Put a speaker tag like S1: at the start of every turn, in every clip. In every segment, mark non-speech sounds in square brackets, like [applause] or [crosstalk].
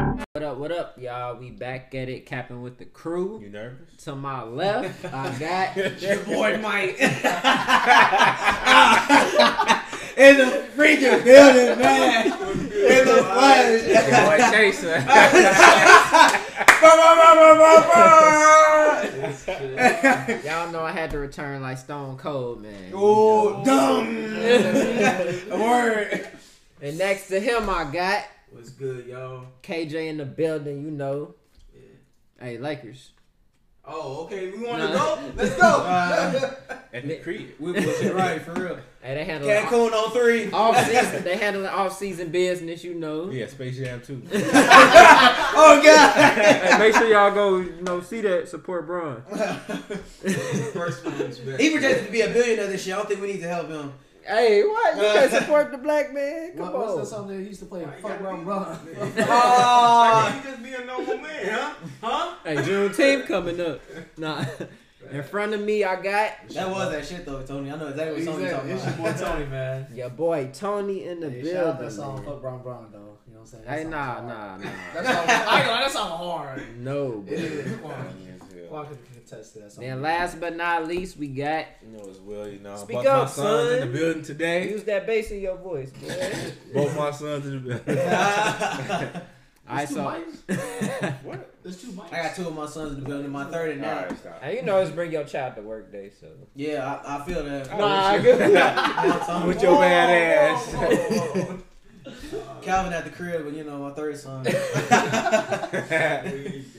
S1: What up, y'all? We back at it, capping with the crew.
S2: You nervous?
S1: To my left, I got [laughs]
S3: Your boy Mike [laughs] in the freaking building, man. In the
S1: your
S3: flesh.
S1: boy Chaser.
S3: Bah, bah, bah, bah, bah,
S1: [laughs] y'all know I had to return like Stone Cold, man.
S3: bah. Ooh, dumb. Word.
S1: And next to him, I got
S4: What's good, y'all?
S1: KJ in the building. You know,
S4: Yeah.
S1: hey Lakers.
S4: Oh, okay. We want to
S1: Nah.
S4: go. Let's go.
S3: [laughs] Uh,
S2: At the crib.
S3: [laughs] [laughs] We was right for real.
S1: Hey, they handle
S3: Cancun on three.
S1: off season. They handling off season business. You know.
S2: Yeah, Space Jam 2.
S3: [laughs]
S1: [laughs]
S3: Oh god.
S1: Hey, make sure y'all go, you know, see that support Braun.
S4: First one's best.
S3: he projected to be a billionaire this year. I don't think we need to help him.
S1: [laughs] Hey, what? You [laughs] can't support the black man? Come
S5: What,
S1: on.
S5: what's that song that he used to play?
S4: Why you
S5: Fuck
S4: gotta
S5: Rob [laughs]
S4: be-
S5: Ron.
S4: Why
S3: Oh,
S4: can't you just be a normal man, huh? Huh?
S1: Hey, Juneteenth coming up. Nah. [laughs] In front of me, I got
S3: that was that shit though, Tony. I know exactly what Tony
S5: Exactly.
S3: talking
S5: It's your
S3: about.
S5: boy Tony, man.
S1: your boy Tony in the
S5: Hey, shout out that
S1: building.
S5: song,
S1: man.
S5: Fuck Brown Brown, though. You know what I'm saying? That
S1: Hey,
S5: song's
S1: nah,
S5: hard.
S1: nah,
S5: [laughs]
S1: nah.
S5: That song, I ain't gonna lie, that song hard.
S1: No,
S5: It
S1: bro.
S5: is. Come on. Come
S2: You
S5: on, I can attest to that song.
S1: Then last but not least, we got
S2: know as well, you know.
S1: Speak
S2: both
S1: up,
S2: my sons
S1: son.
S2: in the building today.
S1: use that bass in your voice,
S5: [laughs]
S1: boy.
S2: Both my sons in the building.
S3: [laughs]
S4: [laughs]
S1: I
S5: There's two
S1: saw.
S5: mics?
S1: [laughs] hey,
S2: what?
S5: There's two mics.
S3: I got two of my sons in the building, my third and now.
S2: Alright, stop.
S1: you know, it's bring your child to work day, so.
S3: Yeah, I, I feel that.
S1: Nah, good.
S3: [laughs]
S2: With your bad ass.
S4: Whoa, whoa, whoa,
S3: Calvin at the crib, but you know my third
S4: [laughs]
S3: son.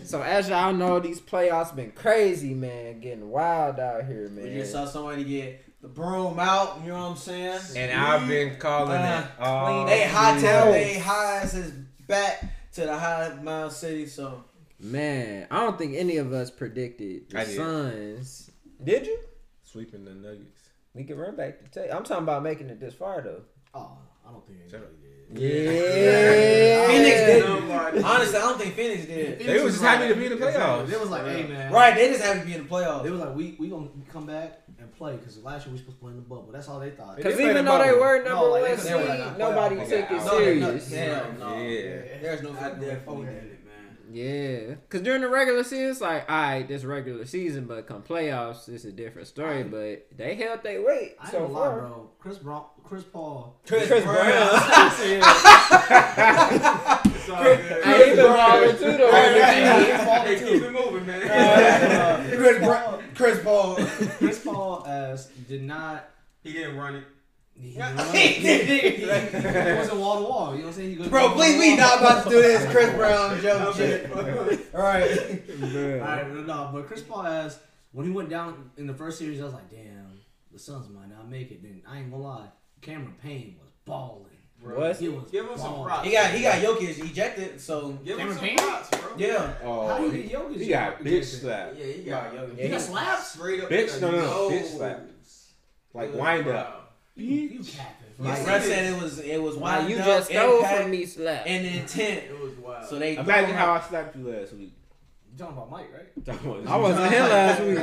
S1: so as y'all know, these playoffs been crazy, man. Getting wild out here,
S3: We just
S1: man.
S3: saw somebody get the broom out. You know what I'm saying?
S2: [laughs] and I've been calling
S3: Uh,
S2: it. all
S3: They high
S2: year.
S3: town, they high as his back to the high mile city. So
S1: Man, I don't think any of us predicted the
S2: I did.
S1: Suns. Did you?
S2: Sweeping the Nuggets.
S1: We can run back to tape. I'm talking about making it this far though.
S5: Oh, I don't think anybody did.
S1: Yeah.
S3: Phoenix did.
S4: Nobody.
S3: honestly, I don't think Phoenix did.
S2: They was just happy to be in the playoffs.
S5: They was like, hey, man.
S3: Right, they just happy to be in the
S5: They
S3: playoffs.
S5: was like, we we gonna come back and play because last year we supposed to play in the bubble. That's all they thought.
S2: They
S1: Because
S2: did play
S1: even
S2: the
S1: though they
S2: bubble.
S1: were number
S5: No, like,
S1: one
S5: they
S1: seed,
S5: were like,
S1: nobody
S5: playoff.
S1: took
S2: They
S1: it
S2: got
S3: No, they're not-
S1: serious.
S3: Hell no.
S2: Yeah.
S3: There's no
S4: I
S3: fucking way.
S4: definitely
S3: Fuck
S4: did
S3: that.
S4: it, man.
S1: Yeah, because during the regular season, it's like, all right, this regular season, but come playoffs, it's a different story. But they held their weight
S5: I ain't
S1: so
S5: gonna lie,
S1: far.
S5: bro. Chris Brown, Chris Paul.
S3: Chris,
S1: Chris
S3: Brown.
S2: [laughs]
S4: It's all good.
S1: I ain't
S4: Hey,
S1: been balling too though.
S3: Right, right, right.
S4: keep it moving,
S2: [laughs]
S4: man.
S5: Uh,
S3: [laughs] Chris
S5: Chris
S3: Brown.
S5: Paul.
S3: Chris Paul.
S4: [laughs]
S5: Chris Paul uh, did not.
S4: He didn't run it.
S5: He,
S3: He [laughs] did it.
S5: wasn't wall to wall. You know what I'm saying? He goes
S3: Bro, please, we not about to do this Chris Brown
S4: No,
S3: joke shit.
S4: man.
S3: All right.
S2: [laughs]
S5: All right, no, no, but Chris Paul has when he went down in the first series, I was like, damn, the Suns might not make it. Then I ain't gonna lie, Cameron Payne was balling.
S4: Bro,
S1: What?
S5: He was
S4: Give him some
S5: balling.
S4: props.
S3: He got he got Jokic ejected, so
S4: Give him
S5: Cameron
S4: some
S5: Payne?
S4: props, bro.
S3: yeah.
S5: How
S2: Oh,
S5: do you
S2: he,
S5: get Jokic?
S2: he got bitch
S4: Yeah,
S2: slapped.
S4: he got yo.
S1: Yeah,
S5: He
S1: he-
S5: got slaps.
S4: Straight up.
S2: Bitch, no, no, no.
S4: nose.
S2: Bitch slap. Like, wind up.
S5: You, you capping?
S3: Like
S5: Like,
S4: Right.
S3: Russ said, it was it was
S1: Wow,
S3: wild.
S1: you just stole
S3: impact,
S1: from me, slap. [laughs]
S3: and intent.
S4: It was wild.
S3: So they
S2: Imagine how I slapped you last week.
S5: you talking about Mike, right?
S1: I wasn't here last week.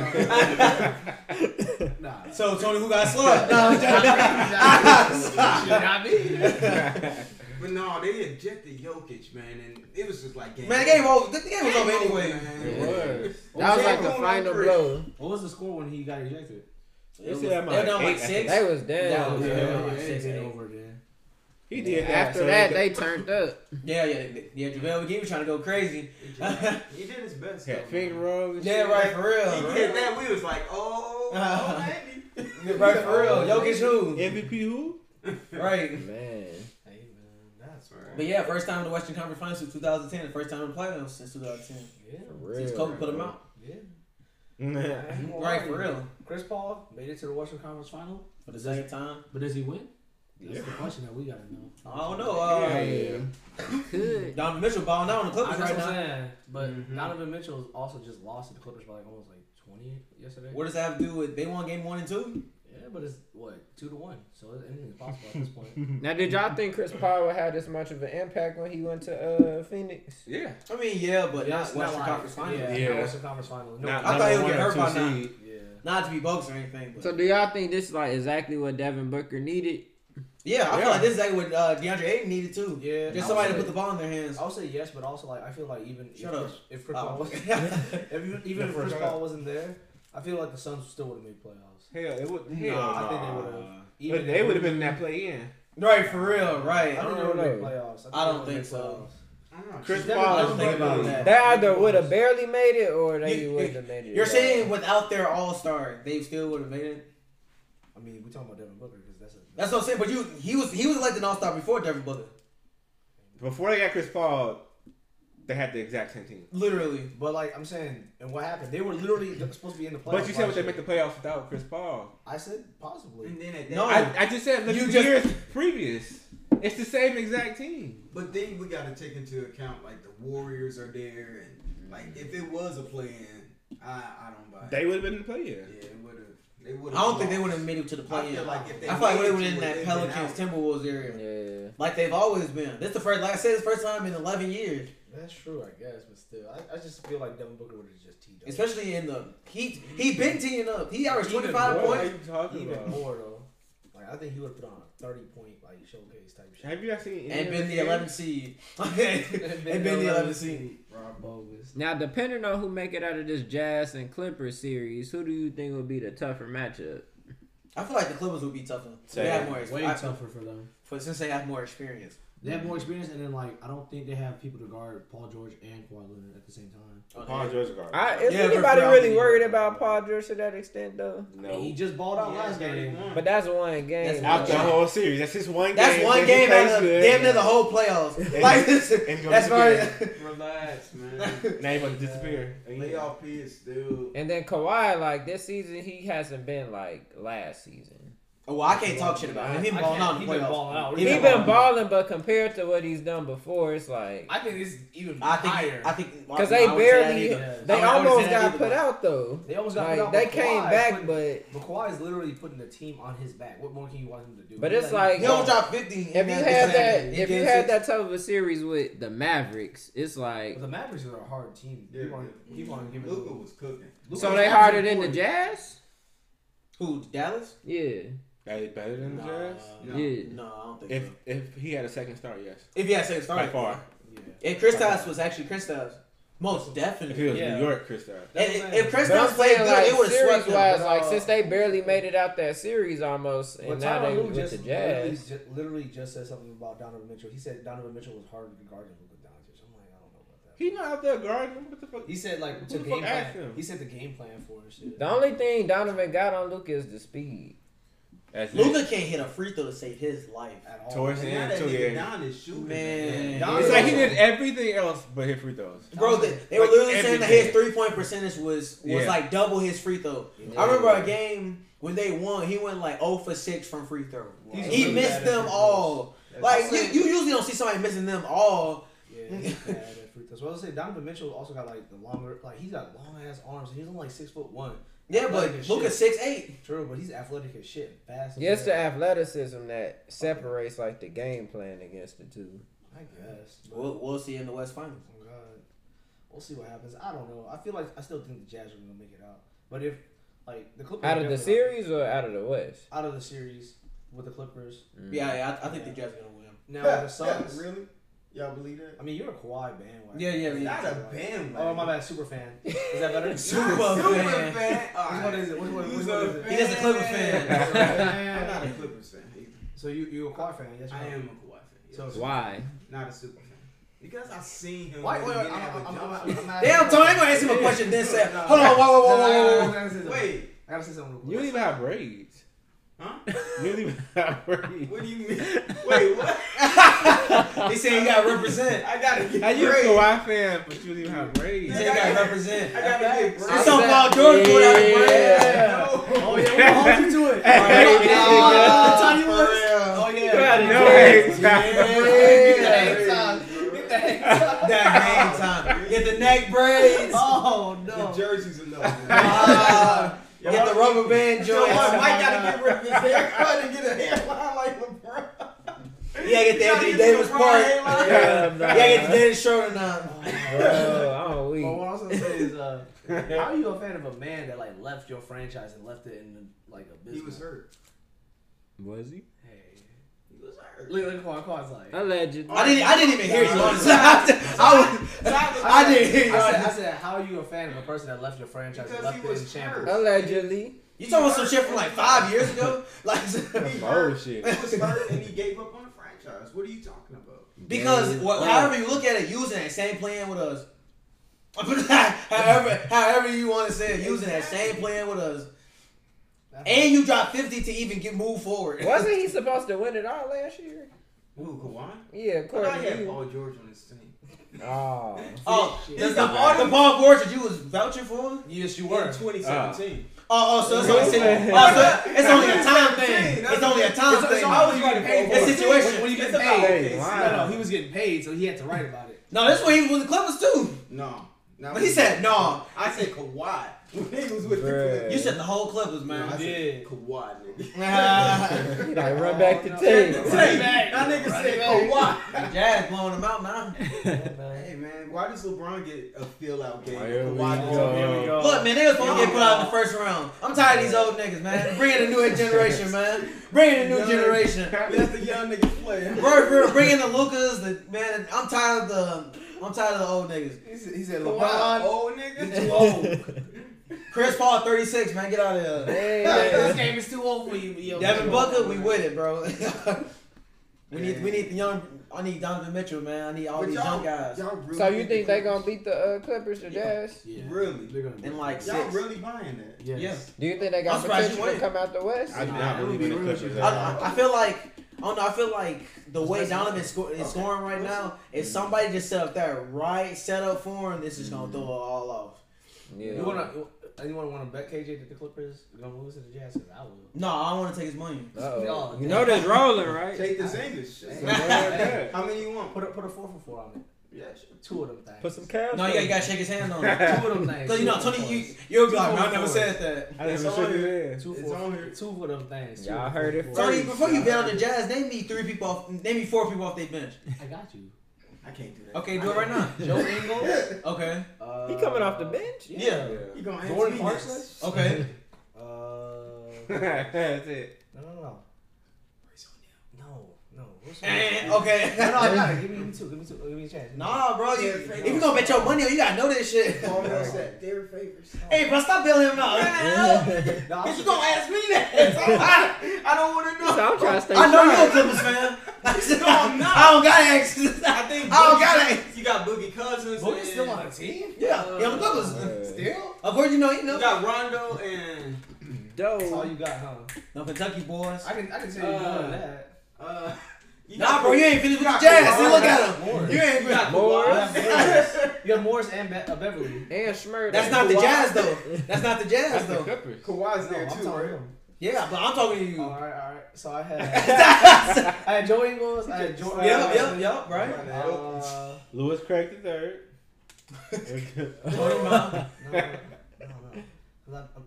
S5: Nah.
S3: So Tony, who got
S1: [laughs]
S3: slapped? No, [laughs] I'm joking.
S4: But no, they ejected Jokic, man, and it was just like game.
S3: man, the game over. The game was over anyway.
S2: It was.
S1: That was like
S4: Come
S1: the
S4: on,
S1: final
S4: Chris.
S1: blow.
S5: What was the score when he got ejected?
S2: They said I'm
S3: They
S2: like
S3: down
S2: eight,
S3: like
S2: I
S3: six.
S1: They was dead.
S3: Yeah, yeah,
S5: yeah,
S3: yeah,
S5: it's
S3: yeah.
S5: been over then.
S2: [laughs] He did that.
S1: After
S2: so
S1: that,
S2: they
S1: they turned up.
S3: Yeah, yeah, yeah. JaVale McGee was trying to go
S4: [laughs]
S3: crazy. [laughs]
S4: He did his best.
S2: had
S4: though,
S2: finger
S4: man.
S2: rolls. and
S3: Yeah,
S2: shit.
S3: right for
S4: He
S3: real.
S4: did that. We was like, oh, oh baby.
S3: Right for real. Jokic who?
S2: MVP who?
S3: Right.
S1: Man.
S5: Hey man, that's
S4: Right.
S3: But yeah, first time in the Western Conference Finals since 2010. The first time in the playoffs since 2010.
S5: yeah,
S1: For real.
S3: Since Kobe put him out.
S5: yeah.
S2: Uh,
S3: Right for real.
S5: Chris Paul made it to the Western Conference Final,
S3: For the second time.
S5: but does he win? That's
S2: Yeah.
S5: the question that we gotta know.
S3: I don't know. Uh,
S1: Yeah. Could.
S3: Donovan Mitchell balling out on the
S5: I
S3: Clippers
S5: know
S3: right
S5: what I'm
S3: now. Mm-hmm.
S5: saying, but
S4: Mhm.
S5: Donovan Mitchell also just lost to the Clippers by like almost like twenty yesterday.
S3: What does that have to do with they won game one and two?
S5: Yeah, but it's what two to one, so anything's possible at
S1: [laughs]
S5: this point.
S1: Now, did y'all think Chris Paul would have this much of an impact when he went to uh, Phoenix?
S2: Yeah.
S3: I mean, yeah, but
S5: Yeah,
S3: not
S5: it's
S3: Western
S5: like-
S3: Conference Finals.
S5: Yeah,
S2: Yeah.
S5: not Western Conference Final. No,
S2: Not
S3: I
S5: no,
S3: thought he
S2: number
S3: would get
S2: one or
S3: hurt by
S2: two
S3: now.
S2: seed.
S5: yeah.
S3: Not to be bogus or anything, but
S1: So, do y'all think this is like exactly what Devin Booker needed?
S3: Yeah, I
S2: Yeah.
S3: feel like this is exactly what uh, DeAndre Ayton needed too.
S5: Yeah,
S3: Just
S5: I
S3: somebody to
S5: would
S3: put the
S5: say-
S3: ball in their hands.
S5: I would say yes, but also like I feel like even
S3: Shut
S5: if,
S3: up.
S5: if Chris Paul
S3: Oh. [laughs]
S5: was, [laughs] even, even if
S2: for
S5: Chris
S2: sure.
S5: Paul wasn't there, I feel like the Suns still would have made playoffs.
S2: Hell, it would. Hell,
S5: I
S2: no.
S5: think they would have. Even
S2: They would have been in that play in.
S3: right, for real,
S5: I
S3: right.
S5: think they
S1: don't
S5: would have made
S1: know.
S5: playoffs.
S3: I don't
S5: they would've
S3: think
S5: made
S3: so.
S4: I'm not
S2: Chris
S4: sure.
S2: Paul
S3: I don't think about that.
S1: They either would have barely made it or they
S3: You-
S1: would have made it.
S3: You're saying without their all star, they still would have made it.
S5: I mean, we talking about Devin Booker because that's a
S3: That's what I'm saying. But you, he was he was elected all star before Devin Booker.
S2: Before they got Chris Paul, they had the exact same team.
S3: Literally,
S5: But like I'm saying, and what happened? They were literally supposed to be in the playoffs.
S2: But you said
S5: last
S2: what they
S5: year.
S2: make the playoffs without Chris Paul.
S5: I said possibly.
S4: And then at that,
S3: No,
S2: I, I Oh. just said look
S3: You
S2: at the
S3: just-
S2: years previous. It's the same exact team.
S4: but then we got to take into account like the Warriors are there, and like if it was a play-in, I I don't buy. it.
S2: They would have been in the play in.
S4: yeah, it would have. They would.
S3: I don't think they would have made it to the
S4: I
S3: play.
S4: feel like if they
S3: I feel like
S4: made
S3: they
S4: it
S3: were
S4: to
S3: in
S4: it,
S3: that
S4: they'd been
S3: Pelicans
S4: out.
S3: Timberwolves area,
S1: Yeah.
S3: like they've always been. This the first, like I said, it's the first time in 11 years,
S5: That's true, I guess, but still, I, I just feel like Devin Booker would have just teed up.
S3: especially in the he he been teeing up. He averaged
S5: Even
S3: 25
S5: more,
S2: What are
S3: points.
S2: you talking
S5: Even
S2: about?
S5: more though, like I think he would have put on a thirty point like showcase type shit.
S2: Have you not seen? any
S3: And
S2: of
S3: been
S2: his
S3: the
S2: games?
S3: 11th seed.
S5: [laughs]
S3: and been the 11th seed.
S4: Rob,
S5: Bogus.
S1: Now, depending on who make it out of this Jazz and Clippers series, who do you think will be the tougher matchup?
S3: I feel like the Clippers would be tougher. They
S2: Same.
S3: have more
S5: Way
S3: experience.
S5: tougher for them.
S3: But since they have more experience,
S5: They have more experience, and then like I don't think they have people to guard Paul George and Kawhi Leonard at the same time.
S2: Paul George guard.
S1: I, is
S3: Yeah, for-
S1: anybody
S3: for all
S1: really
S3: the-
S1: worried about Paul George to that extent, though?
S5: I mean, he just balled out
S4: Yeah,
S5: last game.
S4: 31.
S1: But that's one game.
S3: That's
S1: though.
S2: After the whole series, that's just one.
S3: That's
S2: game
S3: one
S2: that he
S3: game out
S2: plays
S3: of
S2: good.
S3: damn near the whole playoffs.
S5: [laughs]
S2: And-
S3: like this,
S2: and go
S3: [laughs] that's
S2: to
S3: very.
S4: Relax, man.
S2: Now he's about to disappear.
S4: Playoff is dude.
S1: And then Kawhi, like this season, he hasn't been like last season.
S3: [laughs] Oh, well, I can't talk shit about him. He
S5: I
S3: balling
S5: can't-
S3: out in
S5: he
S3: the
S5: been
S3: playoffs.
S5: balling out.
S1: He
S3: He been
S1: been
S3: balling.
S1: balling, but compared to what he's done before, it's like
S5: I think it's even
S3: I think. I think.
S1: because they
S3: I wouldn't say that
S1: barely,
S3: either.
S5: either.
S1: they
S3: I wouldn't- I wouldn't
S1: almost
S3: say
S1: got
S3: that either,
S1: put
S3: but-
S1: out though.
S5: They almost got put
S1: Like
S5: out.
S1: they
S5: but
S1: came
S5: Kawhi
S1: back,
S5: put-
S1: but
S5: But Kawhi is literally putting the team on his back. What more can you want him to do?
S1: But
S5: He's
S1: it's like-
S3: He don't drop 15.
S1: if you
S3: He's
S1: had
S3: not
S1: that,
S3: getting
S1: if you
S3: six.
S1: had that type of a series with the Mavericks, it's like
S5: But the Mavericks are a hard team.
S4: Yeah,
S5: Keep on,
S4: yeah.
S5: keep on giving.
S4: Luca
S5: Luka,
S4: was cooking.
S1: so they harder than the Jazz.
S3: Who Dallas?
S1: Yeah,
S2: Are they better than the Jazz?
S4: No.
S1: yeah.
S3: No, I don't think
S2: If
S3: so.
S2: if he had a second star, yes,
S3: If he had second star,
S2: by far.
S5: Yeah.
S3: If Kristaps was actually Kristaps, most
S2: If he
S3: definitely.
S2: was
S5: Yeah.
S2: New York Chris star,
S5: That's
S3: If,
S5: what I'm
S3: if
S5: saying.
S1: But I'm
S3: Kristaps played
S1: saying
S3: good,
S1: like
S3: they would have
S1: series
S3: swept them.
S1: wise,
S5: but,
S1: like
S5: uh,
S1: since they barely made it out that series almost, and
S5: But
S1: now they
S5: Tyronn Lue
S1: with
S5: just
S1: the
S5: literally,
S1: Jazz.
S5: ju- literally just said something about Donovan Mitchell. He said Donovan Mitchell was harder to guard than Luka Doncic. I'm like, I don't know about that.
S2: he not out there guarding. him. What the fuck?
S5: He said like
S2: the
S5: to
S2: fuck
S5: game
S2: asked
S5: plan.
S2: him?
S5: He said the game plan for his shit.
S1: The only thing Donovan got on Luca is the speed.
S2: That's
S3: Luca can't hit a free throw to save his life.
S5: at all.
S2: Towards
S4: And
S2: Yeah,
S4: now that
S2: two
S4: nigga
S2: years.
S4: Don is shooting.
S3: Man.
S5: Don
S2: It's like he
S5: Donovan-
S2: did everything else but hit free throws.
S3: Bro, they, they were
S2: Like,
S3: literally saying that his
S2: everything.
S3: three point percentage was was
S2: Yeah.
S3: like double his free throw. I remember a game when they won. He went like 0 for six from free throw.
S5: He's
S3: he
S5: really bad
S3: missed
S5: at
S3: them
S5: free throws.
S3: all.
S5: That's
S3: Like
S5: what
S3: you,
S5: I'm saying.
S3: you usually don't see somebody missing them all.
S5: Yeah, he's bad at free throws. Well, I was gonna say Donovan Mitchell also got like the longer, like he's got long ass arms. and He's only like six foot one.
S3: Yeah,
S5: Athletic
S3: but
S5: as
S3: Luca
S5: shit.
S3: six eight.
S5: True, but he's athletic as shit, and fast. as
S1: Yes, the
S5: hell.
S1: athleticism that separates like the game plan against the two.
S5: I guess. but-
S3: We'll, we'll see in the West Finals.
S5: Oh God, we'll see what happens. I don't know. I feel like I still think the Jazz are gonna make it out, but if like the Clippers
S1: Out of the
S5: definitely-
S1: series or out of the West?
S5: out of the series with the Clippers.
S3: Mm. Yeah, yeah I, I think the Jazz are gonna win.
S5: Now the Suns.
S4: really? Y'all believe that?
S5: I mean, you're a Kawhi bandwagon.
S3: Yeah, yeah,
S4: Not
S3: yeah.
S4: a bandwagon.
S5: Oh my bad, super fan. Is that better?
S3: Super
S4: Not
S3: fan.
S4: [laughs] Super fan. All
S5: Which
S4: right.
S5: one is it? Which one- which
S4: Who's
S5: one is it?
S3: He's a Clippers fan.
S5: [laughs]
S4: I'm not a Clippers fan. either.
S5: so you you a Kawhi fan? Yes,
S4: I
S5: or no?
S4: am a Kawhi fan. yes.
S5: So-
S1: Why?
S4: not a super fan. Because I seen him.
S5: Why?
S4: when
S5: Wait,
S4: he
S5: wait,
S4: didn't
S5: I'm,
S4: have a
S5: I'm, I'm,
S4: jump
S5: I'm,
S4: shot.
S5: I'm mad.
S3: Damn, Tony, I'm gonna ask him a question. Then [laughs] say,
S5: Nah.
S3: "Hold on, whoa, whoa, whoa, whoa, whoa, whoa."
S4: Wait,
S5: I gotta say something real
S2: You
S5: quick.
S2: don't even have braids.
S4: huh?
S2: [laughs] You don't even have braids. [laughs]
S4: What do you mean?
S5: [laughs]
S4: Wait, what?
S3: He said you gotta [laughs] represent.
S4: I gotta get
S2: And you're a
S4: braids.
S2: Kawhi fan, but you don't even have
S3: He
S2: braids.
S3: said you gotta represent.
S4: I gotta get braids.
S3: It's on Paul George doing out the brand.
S5: Oh yeah, [laughs] we gonna hold you to it.
S2: Hey,
S4: Oh,
S5: Alright,
S2: hey,
S5: yeah,
S3: hey,
S5: Tony Woods.
S3: for real.
S5: Oh yeah.
S2: No
S1: braids.
S5: Get the hang time. Get the
S4: Yeah.
S5: hang time.
S3: That hang time. Get the neck braids.
S5: Oh
S4: The
S5: no.
S4: jerseys [laughs] enough.
S3: Ah,
S4: Y'all-
S3: get the rubber band
S4: You know
S3: joints.
S4: what? Mike gotta get rid of his haircut and get a hairline like LeBron.
S3: Yeah, get the
S4: You gotta
S3: Anthony
S4: get
S3: Davis
S4: LeBron
S3: part.
S4: hairline.
S1: Yeah,
S3: Yeah, get the Dennis Schroeder now.
S1: [laughs] Bro, I'm
S5: But
S1: weak.
S5: what I was gonna say is, uh, how are you a fan of a man that like left your franchise and left it in like a business?
S4: He was hurt.
S1: Was he?
S5: Hey, Look, look at Quan. Quan's like.
S1: Allegedly.
S3: I didn't. I didn't even hear you. Honestly, [laughs] I,
S5: Exactly.
S3: was, I
S5: said-
S3: didn't hear you.
S5: I said, I said, how are you a fan of a person that left your franchise and
S4: Because
S5: left
S4: he
S5: it in
S4: was
S5: shambles?
S4: hurt.
S1: Allegedly.
S3: You talking about some shit from like five years ago? [laughs] Like
S4: He
S2: Bullshit.
S4: He was hurt and he gave up on the franchise. What are you talking about?
S3: because
S1: Damn.
S3: what, however you look at it, using that same plan with us. [laughs] however, however you want to say it, using that same plan with us, and you drop fifty to even get move forward.
S1: Wasn't he supposed to win it all last year?
S4: Ooh, Kawhi?
S1: Yeah, of
S4: But
S1: course.
S4: I had
S1: he-
S4: Paul George on his team.
S1: Oh.
S3: Oh,
S5: Shit.
S3: that's the, the Paul George that you was vouching for?
S5: Yes, you
S4: In
S5: were.
S4: 2017.
S3: Oh, oh, so it's only,
S1: Really?
S3: oh, so it's only a time
S4: That's
S3: thing.
S4: what
S3: It's only a time
S4: it's
S3: thing.
S4: always getting paid
S3: It's
S4: for.
S3: situation.
S5: When you get
S4: It's
S5: paid.
S4: about-
S2: Hey,
S4: it's-
S5: No, no, he was getting paid, so he had to write about it.
S3: No, this one he was with the Clippers too.
S4: No. not
S3: But he
S4: with-
S3: said no.
S4: I said Kawhi. When he was with
S1: Bruh.
S4: the Clippers.
S3: You said the whole Clippers,
S4: No, I
S3: man.
S4: said
S5: did.
S4: Kawhi, nigga.
S3: Nah.
S1: He like run back to
S5: Oh, no.
S1: tape.
S5: Running
S4: Say,
S5: back.
S4: that nigga said
S5: Running
S3: [laughs]
S4: Kawhi.
S3: Jazz blowing them out now.
S4: Hey man, why does LeBron get a fill out game?
S2: Here we
S4: Kawhi doesn't?
S2: go.
S3: Look, man, they was supposed to get put out in the first round. I'm tired of these old niggas, [laughs] man. Bring in the new generation, man. Bring in the new
S4: Young-
S3: generation.
S4: Let the young niggas play.
S3: Bro, bro, Bring in the Lucas. The man, I'm tired of the. I'm tired of the old niggas.
S4: He said, he said
S3: Kawhi.
S4: LeBron, old nigga.
S3: Too
S4: [laughs]
S3: old. Chris Paul, 36, man, get out of here.
S5: this
S1: Hey,
S5: game is too old for you. Yo,
S3: Devin Booker, we with it, bro. [laughs] we need, we need the young. I need Donovan Mitchell, man. I need all
S4: But
S3: these young
S4: y'all,
S3: guys.
S4: y'all really
S1: so you think
S4: the
S1: they gonna beat the uh, Clippers or Jazz?
S5: Yeah.
S4: Really?
S5: They're gonna
S3: And like
S4: Y'all
S3: six.
S4: really buying that?
S5: Yes.
S1: Do you think they
S3: I'm
S1: got
S3: surprised you
S1: potential to
S3: win.
S1: come out the West?
S2: I do
S5: Nah,
S2: not
S5: that would
S2: believe
S5: be
S2: in the
S5: rude.
S2: Clippers. at all.
S3: I, I feel like I don't know. I feel like the way
S5: That's
S3: Donovan sco- is
S4: Okay.
S3: scoring right now, if somebody just set up that right setup for him, this is
S4: Mm-hmm.
S3: gonna throw it all off.
S5: You wanna, you wanna, wanna bet KJ that the Clippers are gonna lose to the Jazz? 'Cause I will.
S3: No, I don't want to take his money.
S1: Uh-oh.
S5: Y'all-
S1: You know that's rolling, right?
S4: Take this English.
S2: Hey.
S4: [laughs] How many you want?
S5: Put a, put a four for four on it.
S4: Yeah, sure.
S5: Two of them things.
S1: Put some cash.
S3: No, you gotta, you gotta shake his hand on
S5: [laughs]
S3: it.
S5: Two of them things.
S3: So you
S5: Two
S3: know,
S5: of them
S3: Tony, you
S5: fours.
S3: you'll be like, "Man, I never said that.
S2: I didn't
S4: It's
S2: even
S4: on
S2: shake
S4: here.
S2: your hand.
S5: Two
S4: It's
S5: for-
S4: on here.
S5: Two of them things. Two
S1: Y'all
S5: of
S1: heard
S5: them
S1: it
S5: fours.
S3: Tony, before you bet on the Jazz, name me three people off. Name me four people off their bench.
S5: I got you.
S4: I can't do that.
S3: Okay,
S4: [laughs]
S3: do it right now.
S5: [laughs] Joe Ingles.
S3: Okay.
S1: [laughs]
S5: Uh,
S1: He coming off the bench?
S3: Yeah.
S4: [laughs] You gonna ask
S5: Jordan
S4: me
S5: Clarkson? [laughs]
S4: this?
S3: Okay.
S5: Uh, no,
S2: [laughs] That's it.
S5: no, no. No, no. What's
S3: Eh,
S5: no, [laughs] no,
S3: okay.
S5: I got it. Give me, give me two. Give me two. Give me a chance.
S3: Nah, bro. You, if you gonna bet your money, on, you gotta know this shit.
S4: Almost at their favors.
S3: Hey, bro, stop billing him out.
S5: Nah,
S3: Bitch,
S5: I'm-
S3: you gonna ask me [laughs] that? I, I don't want to know.
S1: So I'm trying to stay
S3: I know [laughs] you're a
S1: sharp.
S3: Clippers fan.
S4: No, I'm not.
S3: I "Oh, don't gotta ask. I don't
S4: think Boogie-
S3: gotta ask.
S4: You got Boogie Cousins.
S5: Boogie's
S4: and-
S5: still on the team?
S3: Yeah, yeah, I'm Clippers. Of course, you know, you
S4: You
S3: know.
S4: got Rondo and
S5: That's all
S1: Doe.
S5: you got, huh?
S3: No Kentucky boys.
S5: I can, I can tell you more
S4: Uh,
S5: than that.
S4: uh. [laughs] You
S3: Nah,
S4: got-
S3: bro, you ain't finished with
S4: got
S3: the Jazz. See,
S4: Kawhi.
S3: look at him.
S5: Morris.
S3: You ain't
S4: You got
S3: finished.
S4: Kawhi. [laughs]
S5: Morris. You got Morris and Be- uh, Beverly.
S1: And Schmurt.
S3: That's not the
S1: Kawhi.
S3: Jazz though. That's not the Jazz though.
S2: Clippers.
S4: Kawhi's
S5: No,
S4: there
S5: Oh, I'm
S4: too,
S5: talking
S4: right?
S5: him.
S3: Yeah, but I'm talking to
S5: All
S3: you.
S5: right, all right. So I had, I had Joe Ingles. I had Joe.
S3: Yep, yep, yep. Right.
S5: Uh,
S2: Lewis Craig the third.
S5: [laughs]
S3: Jordan Brown.
S5: no, no, no. 'Cause I, I'm-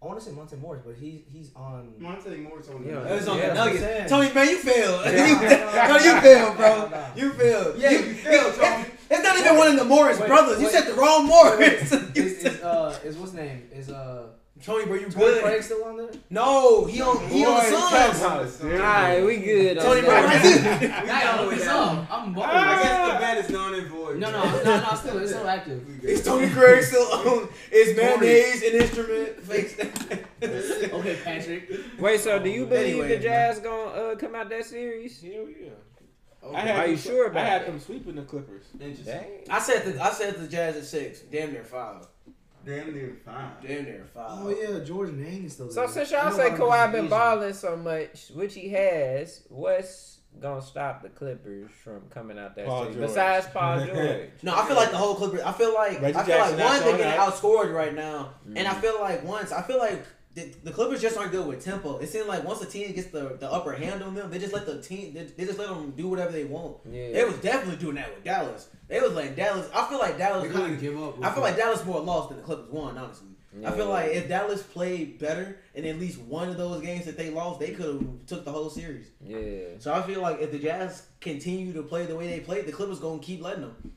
S5: I want to say Monte Morris, but he's he's
S3: [laughs]
S5: on.
S4: Monte Morris on the
S1: Yeah.
S3: It was on
S5: Yeah,
S3: the
S5: that's what I'm
S3: Nuggets.
S5: saying.
S3: Tony, man, you failed. [laughs]
S5: Yeah.
S3: you, Tony, you failed, bro. You failed.
S4: Yeah,
S3: You-
S4: you failed, Tony.
S3: It's not even one of the Morris
S5: Wait,
S3: brothers. You
S5: wait.
S3: said the wrong Morris. [laughs]
S5: Is, is uh is what's name is uh
S3: Tony, bro, you
S5: Tory
S3: good?
S5: Craig still on there?
S3: No, he on he on
S2: Boy,
S3: the Suns.
S2: come on, dude.
S1: Alright, [laughs] we good. on
S3: Tony, bro,
S1: that.
S3: right there.
S4: We
S5: Nah,
S4: done
S5: look,
S4: with
S5: it's
S4: that.
S5: up. I'm balling.
S4: I
S5: [laughs]
S4: guess the bet is non and void.
S5: No, no, no, no. Still, it's still active. [laughs]
S4: [laughs]
S3: [laughs]
S4: We good.
S3: Is Tony Craig still on? Is
S2: Morris.
S3: mayonnaise an instrument? Face that.
S5: Okay, Patrick.
S1: Wait, so do you believe
S3: Anyway,
S1: the Jazz gonna uh, come out that series?
S2: Here we are. I
S4: Okay.
S2: had
S1: Are
S2: them
S1: you
S2: swe-
S1: sure about
S2: I had
S1: that?
S2: them sweeping the Clippers.
S4: Interesting.
S3: I said the I said the Jazz at six. Damn near five.
S4: Damn near fine.
S3: Damn near five.
S5: Oh yeah, Jordan Hain is still
S1: So
S5: there.
S1: since
S5: I
S1: y'all
S5: know
S1: say
S5: why I'm
S1: Kawhi been
S5: confused. [laughs]
S1: balling so much, which he has, what's gonna stop the Clippers from coming out that
S2: Paul
S1: series?
S2: George.
S1: Besides
S2: [laughs]
S1: Paul George,
S3: No, I feel like the whole Clippers. I feel like
S2: Reggie
S3: I feel
S2: Jackson
S3: like one
S2: not
S3: they're
S2: showing
S3: getting
S2: up. Mm-hmm.
S3: outscored right now, and I feel like once I feel like the, the Clippers just aren't good with tempo. It seems like once the team gets the, the upper hand on them, they just let the team they, they just let them do whatever they want.
S1: yeah,
S3: They was definitely doing that with Dallas. They was like Dallas. I feel like Dallas.
S5: They kind of give up.
S3: I feel like Dallas more lost than the Clippers won. Honestly, I feel
S1: Yeah.
S3: like if Dallas played better in at least one of those games that they lost, they could have took the whole series.
S1: yeah.
S3: So I feel like if the Jazz continue to play the way they played, the Clippers gonna keep letting them.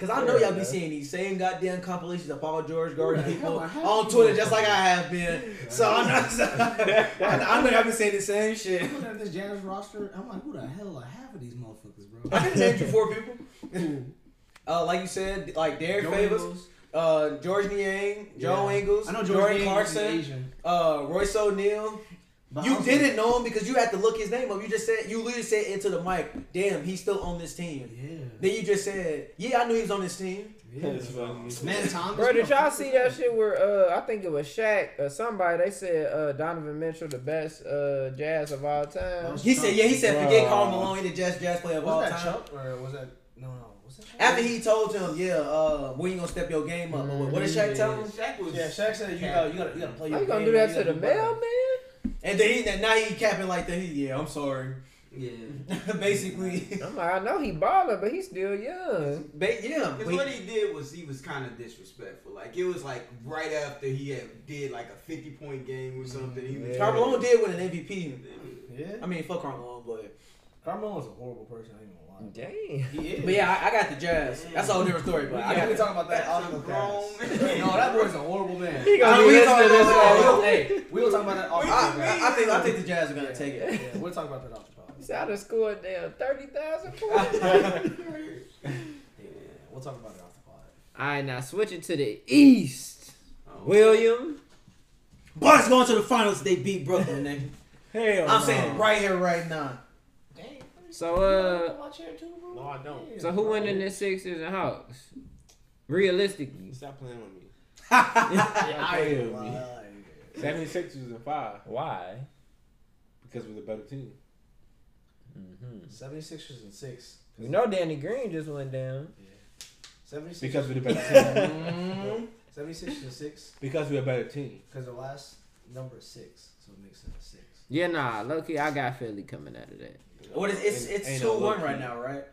S3: Cause I know y'all be
S2: Yeah.
S3: seeing these same goddamn compilations of Paul George guarding
S5: Right.
S3: people
S5: Hell, I have
S3: on
S5: to.
S3: Twitter, just like I have been. So I know, so [laughs] I know y'all been saying the same shit. [laughs]
S5: Looking at this Jazz roster, I'm like, who the hell are half of these motherfuckers, bro?
S1: [laughs]
S3: I can name you four people.
S5: [laughs]
S3: Uh, like you said, like Derek
S1: Joe
S3: Favors,
S1: Ingles.
S3: uh, George Niang, Joe
S5: Yeah.
S3: Ingles,
S5: I know
S3: Jordan
S5: George Clarkson,
S3: Clarkson,
S5: Asian,
S3: uh, Royce O'Neal.
S5: but
S3: You
S5: also-
S3: didn't know him because you had to look his name up. You just said you literally said into the mic, "Damn, he's still on this team."
S5: Yeah,
S3: Then you just said, "Yeah, I knew he was on this team."
S1: [laughs]
S5: yeah. Man, Thomas.
S1: Bro, did y'all see that shit where uh I think it was Shaq or somebody they said uh Donovan Mitchell the best uh jazz of all time.
S3: He said, "Yeah, he said, forget
S2: Wow.
S3: Carl Malone, he the jazz jazz player of all
S5: Was that
S3: time."
S5: Chuck or was that no no? Was that Chuck?
S3: After he told him, "Yeah, uh, when you gonna step your game up?" Or what- what did Shaq tell him?
S4: Shaq was.
S5: Yeah, Shaq said you got you got you got to play.
S1: How
S5: your
S1: you gonna
S5: game,
S1: do that
S5: gotta
S1: to the
S5: better.
S1: mailman?
S3: And then he, now he capping like that. He, yeah, I'm sorry. [laughs]
S4: Yeah.
S3: Basically, [laughs]
S1: I'm like, I know he baller, but he's still young.
S3: ba- yeah.
S4: Because
S3: but
S4: what he did was he was kind of disrespectful. Like it was like right after he had did like a fifty point game or something. He was
S3: Karl Malone did win an MVP.
S5: Yeah,
S3: I mean, fuck Karl Malone, but
S5: Carmelo was a horrible person. I ain't gonna lie.
S1: Damn. [laughs]
S5: He is.
S3: but yeah, I, I got the Jazz. That's a whole different story. But I
S5: We can
S3: got
S5: only
S3: the,
S5: talk about that
S4: That's
S5: off
S4: a
S5: the
S4: grown
S5: cast.
S4: man.
S5: No, that boy's a horrible
S1: [laughs]
S5: man.
S1: He gonna
S3: I mean,
S1: be
S3: we
S1: listening to
S3: talking
S1: this
S3: about-
S1: one.
S5: hey, we'll talk about that off
S4: What
S5: the
S4: you
S5: podcast.
S3: I, I think I think the Jazz are gonna take it.
S5: Yeah, we'll talk about that off the podcast.
S1: So I done scored down thirty thousand points.
S5: Yeah, we'll talk about it off the pod.
S1: [laughs] Alright, now switching to the East. William.
S3: Bucks going to the finals. They beat Brooklyn. nigga.
S2: Hell,
S3: I'm saying it right here, right [laughs] now.
S5: Dang.
S1: So uh
S2: No, I don't.
S1: so who went in the Sixers and Hawks? Realistically.
S2: Stop playing with me.
S5: I
S2: Damn.
S5: ain't lying.
S2: 76 was in five
S1: Why?
S2: because we're the better team.
S1: Mm-hmm.
S5: 76ers and 6.
S1: You know Danny Green just went down.
S5: 76
S2: Because we're the better [laughs] team.
S1: Mm-hmm.
S3: Mm.
S5: 76 and 6
S2: because we're a better team.
S5: because the last number is 6, so it makes sense. 6.
S1: Yeah, nah, low key, I got Philly coming out of that.
S3: What is it's
S2: Ain't-
S3: it's
S2: ain't
S3: two
S2: no low
S3: one
S2: key.
S3: right now, right?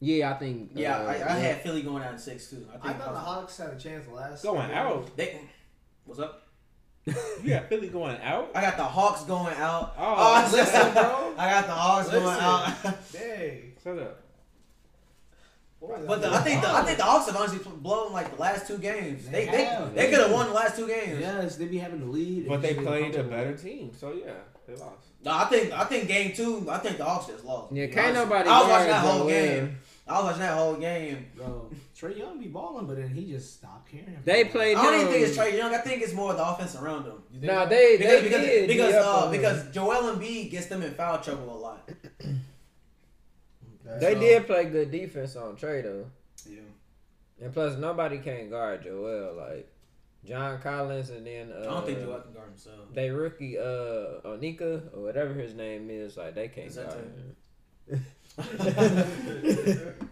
S1: Yeah, I think.
S3: Yeah,
S1: uh,
S3: I, I had Philly going out in six too. I
S5: I
S3: think
S5: thought the Hawks had a chance last
S2: Going
S5: year.
S2: out.
S3: they. What's up? [laughs]
S2: You got Philly going out?
S3: I got the Hawks going out.
S2: Oh,
S3: I [laughs] was-
S5: listen, bro.
S3: I got the Hawks going
S5: Listen.
S3: out. [laughs]
S5: Dang.
S2: Shut up.
S5: What was
S3: But the,
S5: that?
S3: I think the I think the Hawks have honestly blown like the last two games. They
S5: They
S3: they,
S5: have.
S3: they could have won the last two games.
S5: Yes, they be having the lead.
S2: But
S5: and
S2: they
S5: just being
S2: played a
S5: comfortable.
S2: better team, so yeah, they lost.
S3: No, I think I think game two. I think the Hawks just lost.
S1: Yeah,
S3: To be
S1: can't
S3: honest.
S1: nobody
S3: I was
S1: guard
S3: watching that
S1: Joe
S3: whole
S1: Williams.
S3: game. I was watching that whole game.
S5: Bro, Trey Young be balling, but then he just stopped caring.
S1: They
S3: I
S1: played.
S3: don't even
S1: them-
S3: think it's Trey Young. I think it's more the offense around them.
S1: Nah, they
S3: Because
S1: they
S3: because
S1: did
S3: because
S1: be up
S3: uh,
S1: on
S3: because Joel Embiid gets them in foul trouble a lot.
S1: them. they did play good defense on Trey though,
S3: Yeah.
S1: and plus nobody can guard Joel like John Collins and then. Uh,
S3: I don't think Joel can guard himself.
S1: They rookie uh Onika or whatever his name is like they can't
S3: Is that
S1: guard
S3: him?
S1: him. [laughs]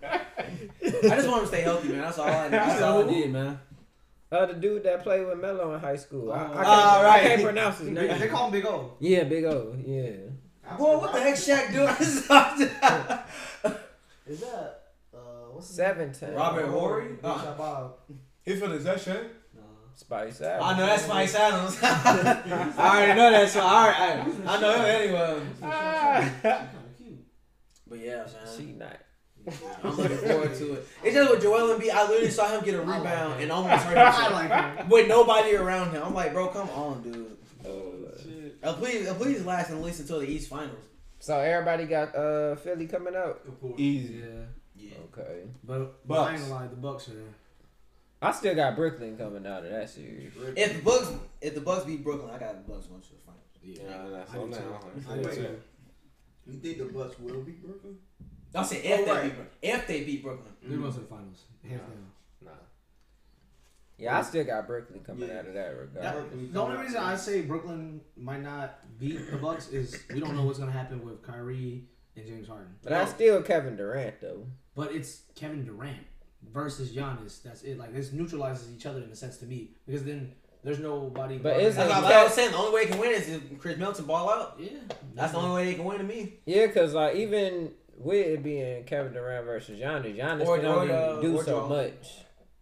S3: I just want him to stay healthy, man. That's all [laughs] I need. That's all I need.
S5: did, man.
S1: Uh, the dude that played with Melo in high school. I, I,
S5: Oh.
S1: can't,
S3: Oh, right.
S1: I can't pronounce his
S5: They,
S2: [laughs]
S1: name.
S5: they call him Big O.
S1: Yeah, Big O. Yeah.
S3: Boy, what the heck Shaq [laughs] doing?
S5: Is that uh, what's his
S1: Seven ten.
S5: name?
S3: Robert Horry?
S5: Big
S3: Uh-uh.
S5: Shot Bob.
S3: he feeling that Shaq?
S5: No.
S1: Spice
S3: I
S1: out.
S3: know that's Mike [laughs] Adams. I already know that, so I, already, I, I know him anyway.
S2: Ah.
S5: kind of cute.
S3: But yeah,
S1: She
S3: man.
S1: not.
S3: I'm looking forward to it. It's just with Joel Embiid, I literally saw him get a rebound and almost hurt
S5: I
S3: himself.
S5: like him.
S3: With nobody around him. I'm like, bro, come on, dude.
S1: Oh,
S3: Uh, please, uh, please last at least until the East Finals.
S1: So everybody got uh Philly coming out.
S2: Easy.
S5: Yeah,
S3: Yeah.
S1: Okay.
S5: but, but I
S2: Bucks.
S5: ain't gonna lie, the Bucks are.
S1: I still got Brooklyn coming out of that series.
S3: If the Bucks, if the Bucks beat Brooklyn, I got the Bucks going to the finals.
S2: Yeah, that's
S5: I do
S2: all
S5: too.
S2: now.
S5: I do
S2: [laughs]
S4: Wait.
S5: too.
S4: You think the Bucks will beat Brooklyn?
S3: I'm saying if
S4: Oh,
S3: they
S4: right.
S3: beat Brooklyn. If they beat Brooklyn.
S5: They're going to the finals, hands
S2: Yeah.
S5: down.
S2: Nah.
S1: Yeah, I still got Brooklyn coming
S4: Yeah.
S1: out of that regard.
S4: Brooklyn
S5: The only
S4: coming
S5: reason
S4: out.
S5: I say Brooklyn might not beat the Bucks is we don't know what's gonna happen with Kyrie and James Harden.
S1: But I still Kevin Durant though.
S5: But it's Kevin Durant versus Giannis. That's it. Like this neutralizes each other in a sense to me because then there's nobody.
S1: But
S5: guarding
S1: it's
S5: that.
S3: That's
S1: like-
S3: what I was saying. The only way they can win is if Chris Milton ball out.
S5: yeah,
S3: That's the only way they can win to me.
S1: Yeah, cause like even with it being Kevin Durant versus Giannis, Giannis
S3: Or
S1: can
S3: Joel,
S1: only
S3: uh,
S1: do
S3: or
S1: so
S3: Joel.
S1: much.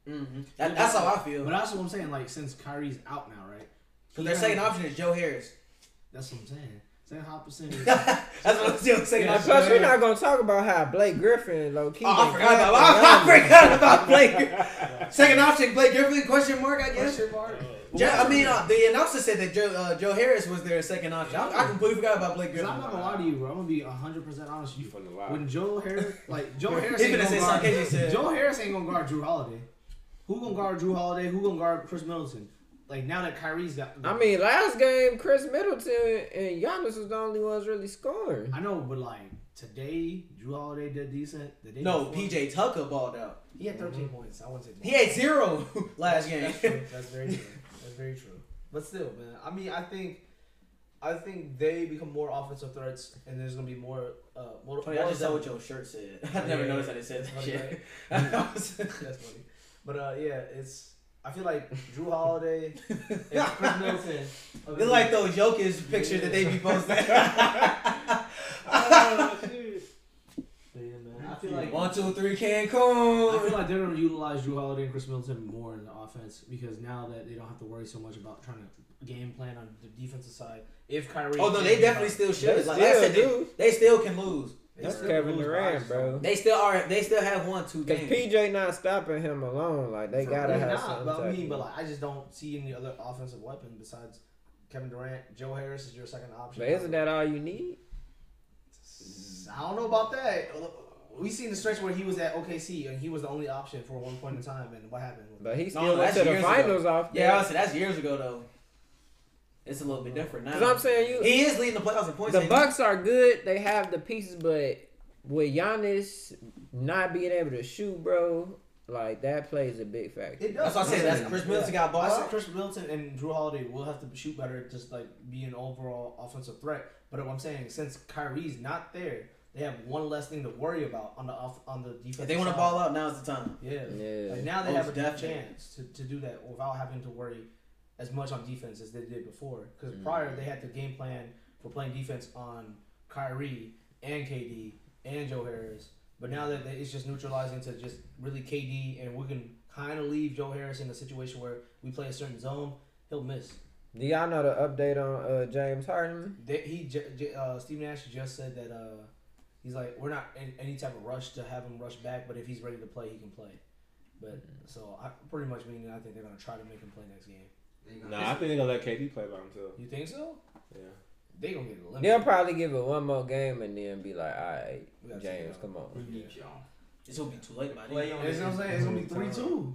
S3: Mm-hmm. That, that's how I feel.
S5: But that's what I'm saying. Like since Kyrie's out now, right?
S3: [laughs] Because their second option is Joe Harris.
S5: That's what I'm saying. Same high
S3: [laughs]
S5: percentage.
S3: That's what I'm still saying.
S5: Yeah,
S3: I
S5: so-
S3: forgot
S1: Plus, we're not gonna talk about how Blake Griffin low key.
S3: Oh, about [laughs] I forgot about [laughs] Blake. Second option, Blake Griffin? Question mark? I guess. Yeah, I mean, uh, the announcer said that Joe uh, Joe Harris was their second option. I, I completely forgot about Blake
S5: Cause
S3: Griffin.
S5: I'm not gonna lie to you, bro. I'm gonna be 100 percent honest
S2: You
S5: with you.
S2: from the lie.
S5: When Joe Harris,
S3: [laughs]
S5: like Joe Harris,
S3: He
S5: ain't
S3: finna
S5: gonna
S3: say
S5: guard,
S3: something he said.
S5: Joe Harris ain't gonna guard Drew Holiday. Who gonna guard Drew Holiday? Who gonna guard Chris Middleton? Like now that Kyrie's got,
S1: I mean, last game Chris Middleton and Giannis was the only ones really scoring.
S5: I know, but like today, Drew Holiday did decent. The day
S3: No,
S5: before-
S3: PJ Tucker balled out.
S5: He had 13 points. I wouldn't say
S3: He had zero [laughs] last game.
S5: That's, true. That's very [laughs] true. That's very true. But still, man. I mean, I think, I think they become more offensive threats, and there's gonna be more. Uh, more,
S3: Funny,
S5: more
S3: I just saw
S5: of
S3: what
S5: them.
S3: your shirt said. I never
S5: Yeah.
S3: noticed that it said that
S5: Funny,
S3: shit. [laughs]
S5: That's funny. But uh, yeah, it's. I feel like Drew [laughs] Holiday and
S3: [laughs]
S5: Chris Middleton. are
S3: They
S5: gonna
S3: like
S5: be- [laughs]
S3: those Jokic pictures that they be posting.
S2: oh, shit.
S5: But yeah, man. I feel like.
S3: One, two, three,
S5: I feel
S3: Cancun.
S5: like they're gonna utilize Drew Holiday and Chris Middleton more in the offense because now that they don't have to worry so much about trying to game plan on the defensive side. If Kyrie,
S3: Oh no, they definitely still should. Like I
S1: still
S3: said, they,
S1: do.
S3: they still can lose.
S5: They
S1: That's
S5: still
S1: Kevin
S5: lose by
S1: Durant,
S5: just-
S1: bro.
S3: They still are. They still have one, two
S1: Cause
S3: games.
S1: PJ not stopping him alone. Like they
S5: For
S1: gotta
S5: me,
S1: have
S5: nah,
S1: something.
S5: But I mean,
S1: type
S5: but
S1: of-
S5: like, I just don't see any other offensive weapon besides Kevin Durant. Joe Harris is your second option.
S1: But isn't that all you need?
S5: I don't know about that. We seen the stretch where he was at OKC and he was the only option for one point in time, and what happened?
S1: But he
S3: no,
S1: still went
S3: that's
S1: to the
S3: years ago.
S1: finals off.
S3: yeah,
S1: Yeah,
S3: honestly, that's years ago though. It's a little bit different now.
S1: because I'm saying you,
S3: he is leading the playoffs in points.
S1: the
S3: ain't he?
S1: Bucks are good. They have the pieces, but with Giannis not being able to shoot, bro, like that plays a big factor.
S5: It
S3: That's what I said. That's Chris Middleton got
S5: I said
S3: bought.
S5: Chris Middleton and Drew Holiday will have to shoot better, just like be an overall offensive threat. But what I'm saying, since Kyrie's not there, they have one less thing to worry about on the off on the defense.
S3: If they want to ball out, now's the time.
S5: Yeah.
S1: Yeah.
S5: Like now they
S3: Most
S5: have a good
S3: definitely.
S5: chance to, to do that without having to worry as much on defense as they did before. Because prior they had to game plan for playing defense on Kyrie and KD and Joe Harris. But now that they- it's just neutralizing to just really KD and we can kind of leave Joe Harris in a situation where we play a certain zone, he'll miss.
S1: Do y'all know the update on uh, James Harden?
S5: They, he ju- ju- uh, Steve Nash just said that uh, he's like we're not in any type of rush to have him rush back, but if he's ready to play, he can play. But
S2: Mm.
S5: so I pretty much mean I think they're gonna try to make him play next game.
S2: Nah, I think they're gonna let KD play by himself.
S5: You think so?
S2: Yeah.
S5: They gonna get eliminated.
S1: They'll probably give it one more game and then be like, all right,
S5: We gotta take it
S1: James,
S5: out.
S1: come on.
S3: [laughs]
S4: We need y'all.
S3: It's gonna be too late by
S4: Play
S3: then.
S4: on
S5: That's what I'm saying. It's gonna be three two.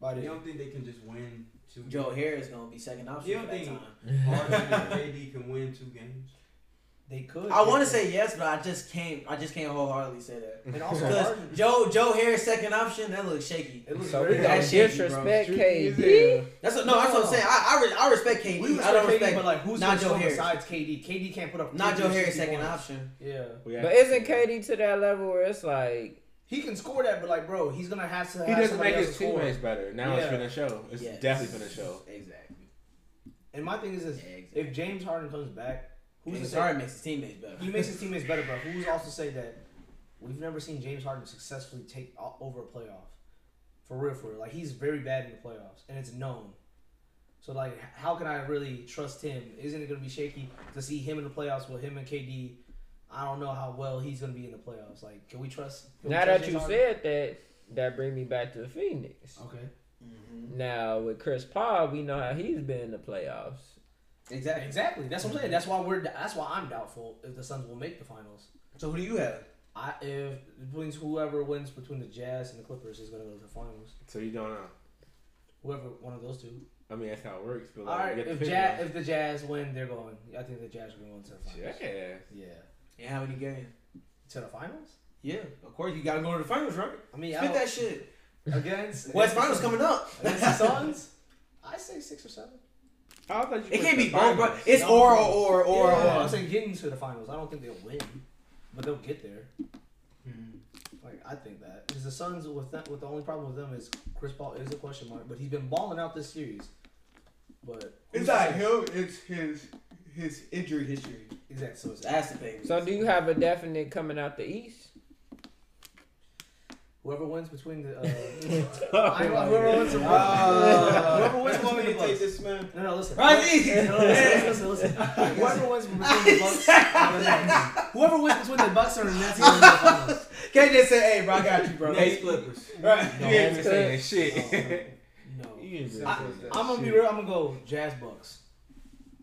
S5: By
S4: You
S5: the
S4: don't think they can just win two?
S3: Joe Harris gonna be second option.
S4: You don't
S3: at that
S4: think-
S3: time.
S4: Harden and KD can win two games.
S5: they could.
S3: I want to say yes, but I just can't. I just can't wholeheartedly say that
S5: [laughs] and also
S3: because
S5: Harden-
S3: Joe Joe Harris second option that looks shaky.
S5: It looks
S1: So we
S5: very.
S1: gonna
S3: That shit, bro.
S1: disrespect
S2: Tricky
S1: KD.
S2: as hell.
S3: That's what, no, that's what I'm saying. I I, re- I respect KD.
S5: We respect
S3: I don't
S5: KD,
S3: respect
S5: but like who's
S3: not
S5: gonna
S3: Joe
S5: score
S3: Harris.
S5: besides KD? KD can't put up.
S3: not Joe
S5: 50 or
S3: Harris
S5: 60
S3: second
S5: points.
S3: option.
S5: Yeah,
S2: We have
S1: But
S2: to-
S1: isn't KD to that level where it's like,
S5: he can score that, but like, bro, he's gonna have to.
S2: He
S5: have
S2: doesn't
S5: somebody
S2: make
S5: else
S2: his
S5: to score.
S2: teammates better. Now
S5: Yeah.
S2: it's finna show. It's
S3: Yes.
S2: definitely finna show.
S3: Exactly.
S5: And my thing is this:
S3: Exactly.
S5: if James Harden comes back, who's to
S3: James
S5: say-
S3: Harden makes his teammates better.
S5: He
S3: [laughs]
S5: makes his teammates better, but who's also say that we've never seen James Harden successfully take o- over a playoff for real, for real. Like he's very bad in the playoffs, and it's known. So like, h- how can I really trust him? Isn't it going to be shaky to see him in the playoffs with him and KD? I don't know how well he's going to be in the playoffs. Like, can we trust? Can we
S1: now
S5: trust
S1: that
S5: James
S1: you
S5: Harden?
S1: said that, that bring me back to Phoenix.
S3: Um,
S5: okay,
S3: Mm-hmm.
S1: Now with Chris Paul, we know how he's been in the playoffs.
S3: Exactly. Mm-hmm.
S5: exactly. That's what I'm saying. That's why we're. That's why I'm doubtful if the Suns will make the finals.
S3: So who do you have?
S5: I if between whoever wins between the Jazz and the Clippers is going to go to the finals.
S2: So you don't know.
S5: Whoever one of those two.
S2: I mean, that's how it works. But
S5: All
S2: like,
S5: right,
S2: you have
S5: if,
S2: to
S5: ja- if the Jazz win, they're going. I think the Jazz are going to the
S2: pick
S5: finals.
S2: one. yeah.
S5: Yeah.
S3: And how many games?
S5: To the finals?
S3: Yeah, of course you gotta go to the finals, right?
S5: I mean, I
S3: Spit
S5: don't,
S3: that shit.
S5: against
S3: West finals [laughs] coming up.
S5: against the Suns. I say six or seven.
S2: I thought you
S3: It
S2: went
S3: can't
S2: to
S3: be both, bro.
S2: finals.
S3: It's [laughs]
S5: No.
S3: or or or or.
S5: Yeah,
S3: or.
S5: I'm saying getting to the finals. I don't think they'll win, but they'll get there. Like I think that because the Suns with that, with the only problem with them is Chris Paul is a question mark, but he's been balling out this series. But
S4: It's not him. It's his his injury history.
S5: exactly. So it's
S3: That's the thing.
S1: So do you have a definite coming out the East?
S5: Whoever wins between the
S2: [laughs]
S5: uh,
S2: I
S5: whoever whoever wins the
S4: [laughs] Uh,
S5: whoever wins
S4: you want me
S5: between the
S4: to take
S5: votes.
S4: this, man?
S5: No, no, listen.
S2: [laughs]
S3: Right,
S5: No, listen, listen, listen. Whoever wins between the Bucks, no, no, no. whoever wins between the Bucks and the Nets, wins the finals.
S3: Can't just say, "Hey, bro, I got you, bro."
S4: Nate Clippers.
S2: Right.
S5: No,
S2: [laughs] [laughs] you ain't even
S1: that's
S5: [laughs]
S2: saying that shit.
S5: No,
S2: [laughs] You ain't even
S5: I-
S2: saying that
S5: I'm gonna be
S2: shit.
S5: real. I'm gonna go Jazz Bucks.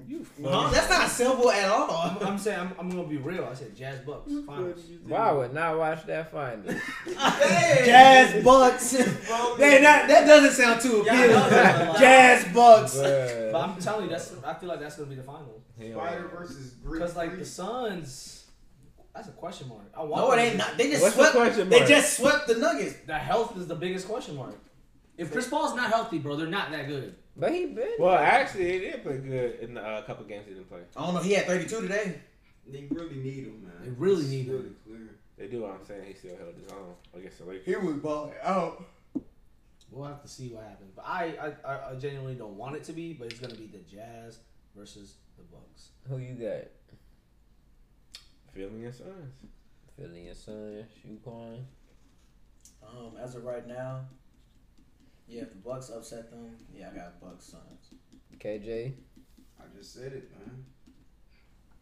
S2: You
S3: Huh?
S2: fucking-
S3: That's not simple at all.
S5: I'm, I'm saying I'm, I'm gonna be real. I said Jazz Bucks finals.
S1: Why would not watch that final?
S3: [laughs] Jazz Bucks. Hey, that, that doesn't sound too
S5: Yeah, I know
S3: appealing.
S5: that, but like-
S3: Jazz Bucks.
S5: But
S2: Bruh.
S5: I'm telling you, that's I feel like that's gonna be the final
S4: Spider versus Greek.
S5: because like the Suns, that's a question mark. I want
S3: No, it ain't not. They just
S2: What's the
S3: swept.
S2: question
S3: they
S2: mark?
S3: just swept the Nuggets.
S5: The health is the biggest question mark. If Chris Paul's not healthy, bro, they're not that good.
S1: But he been.
S2: Well, actually, he did play good in uh, a couple games he didn't play.
S3: I don't know. He had 32 today.
S4: they really need him, man.
S5: They really
S4: It's
S5: need him.
S4: really Clear.
S2: They do what I'm saying. He still held his own against the Lakers.
S3: He was balling out.
S5: We'll have to see what happens. But I, I, I- I genuinely don't want it to be, but it's gonna be the Jazz versus the Bucks.
S1: Who you got?
S2: Feeling his sons.
S1: Philly and Son, shoe coin.
S3: Um, as of right now, yeah, if the Bucks upset them, yeah, I got Bucks Suns.
S1: KJ.
S4: I just said it, man.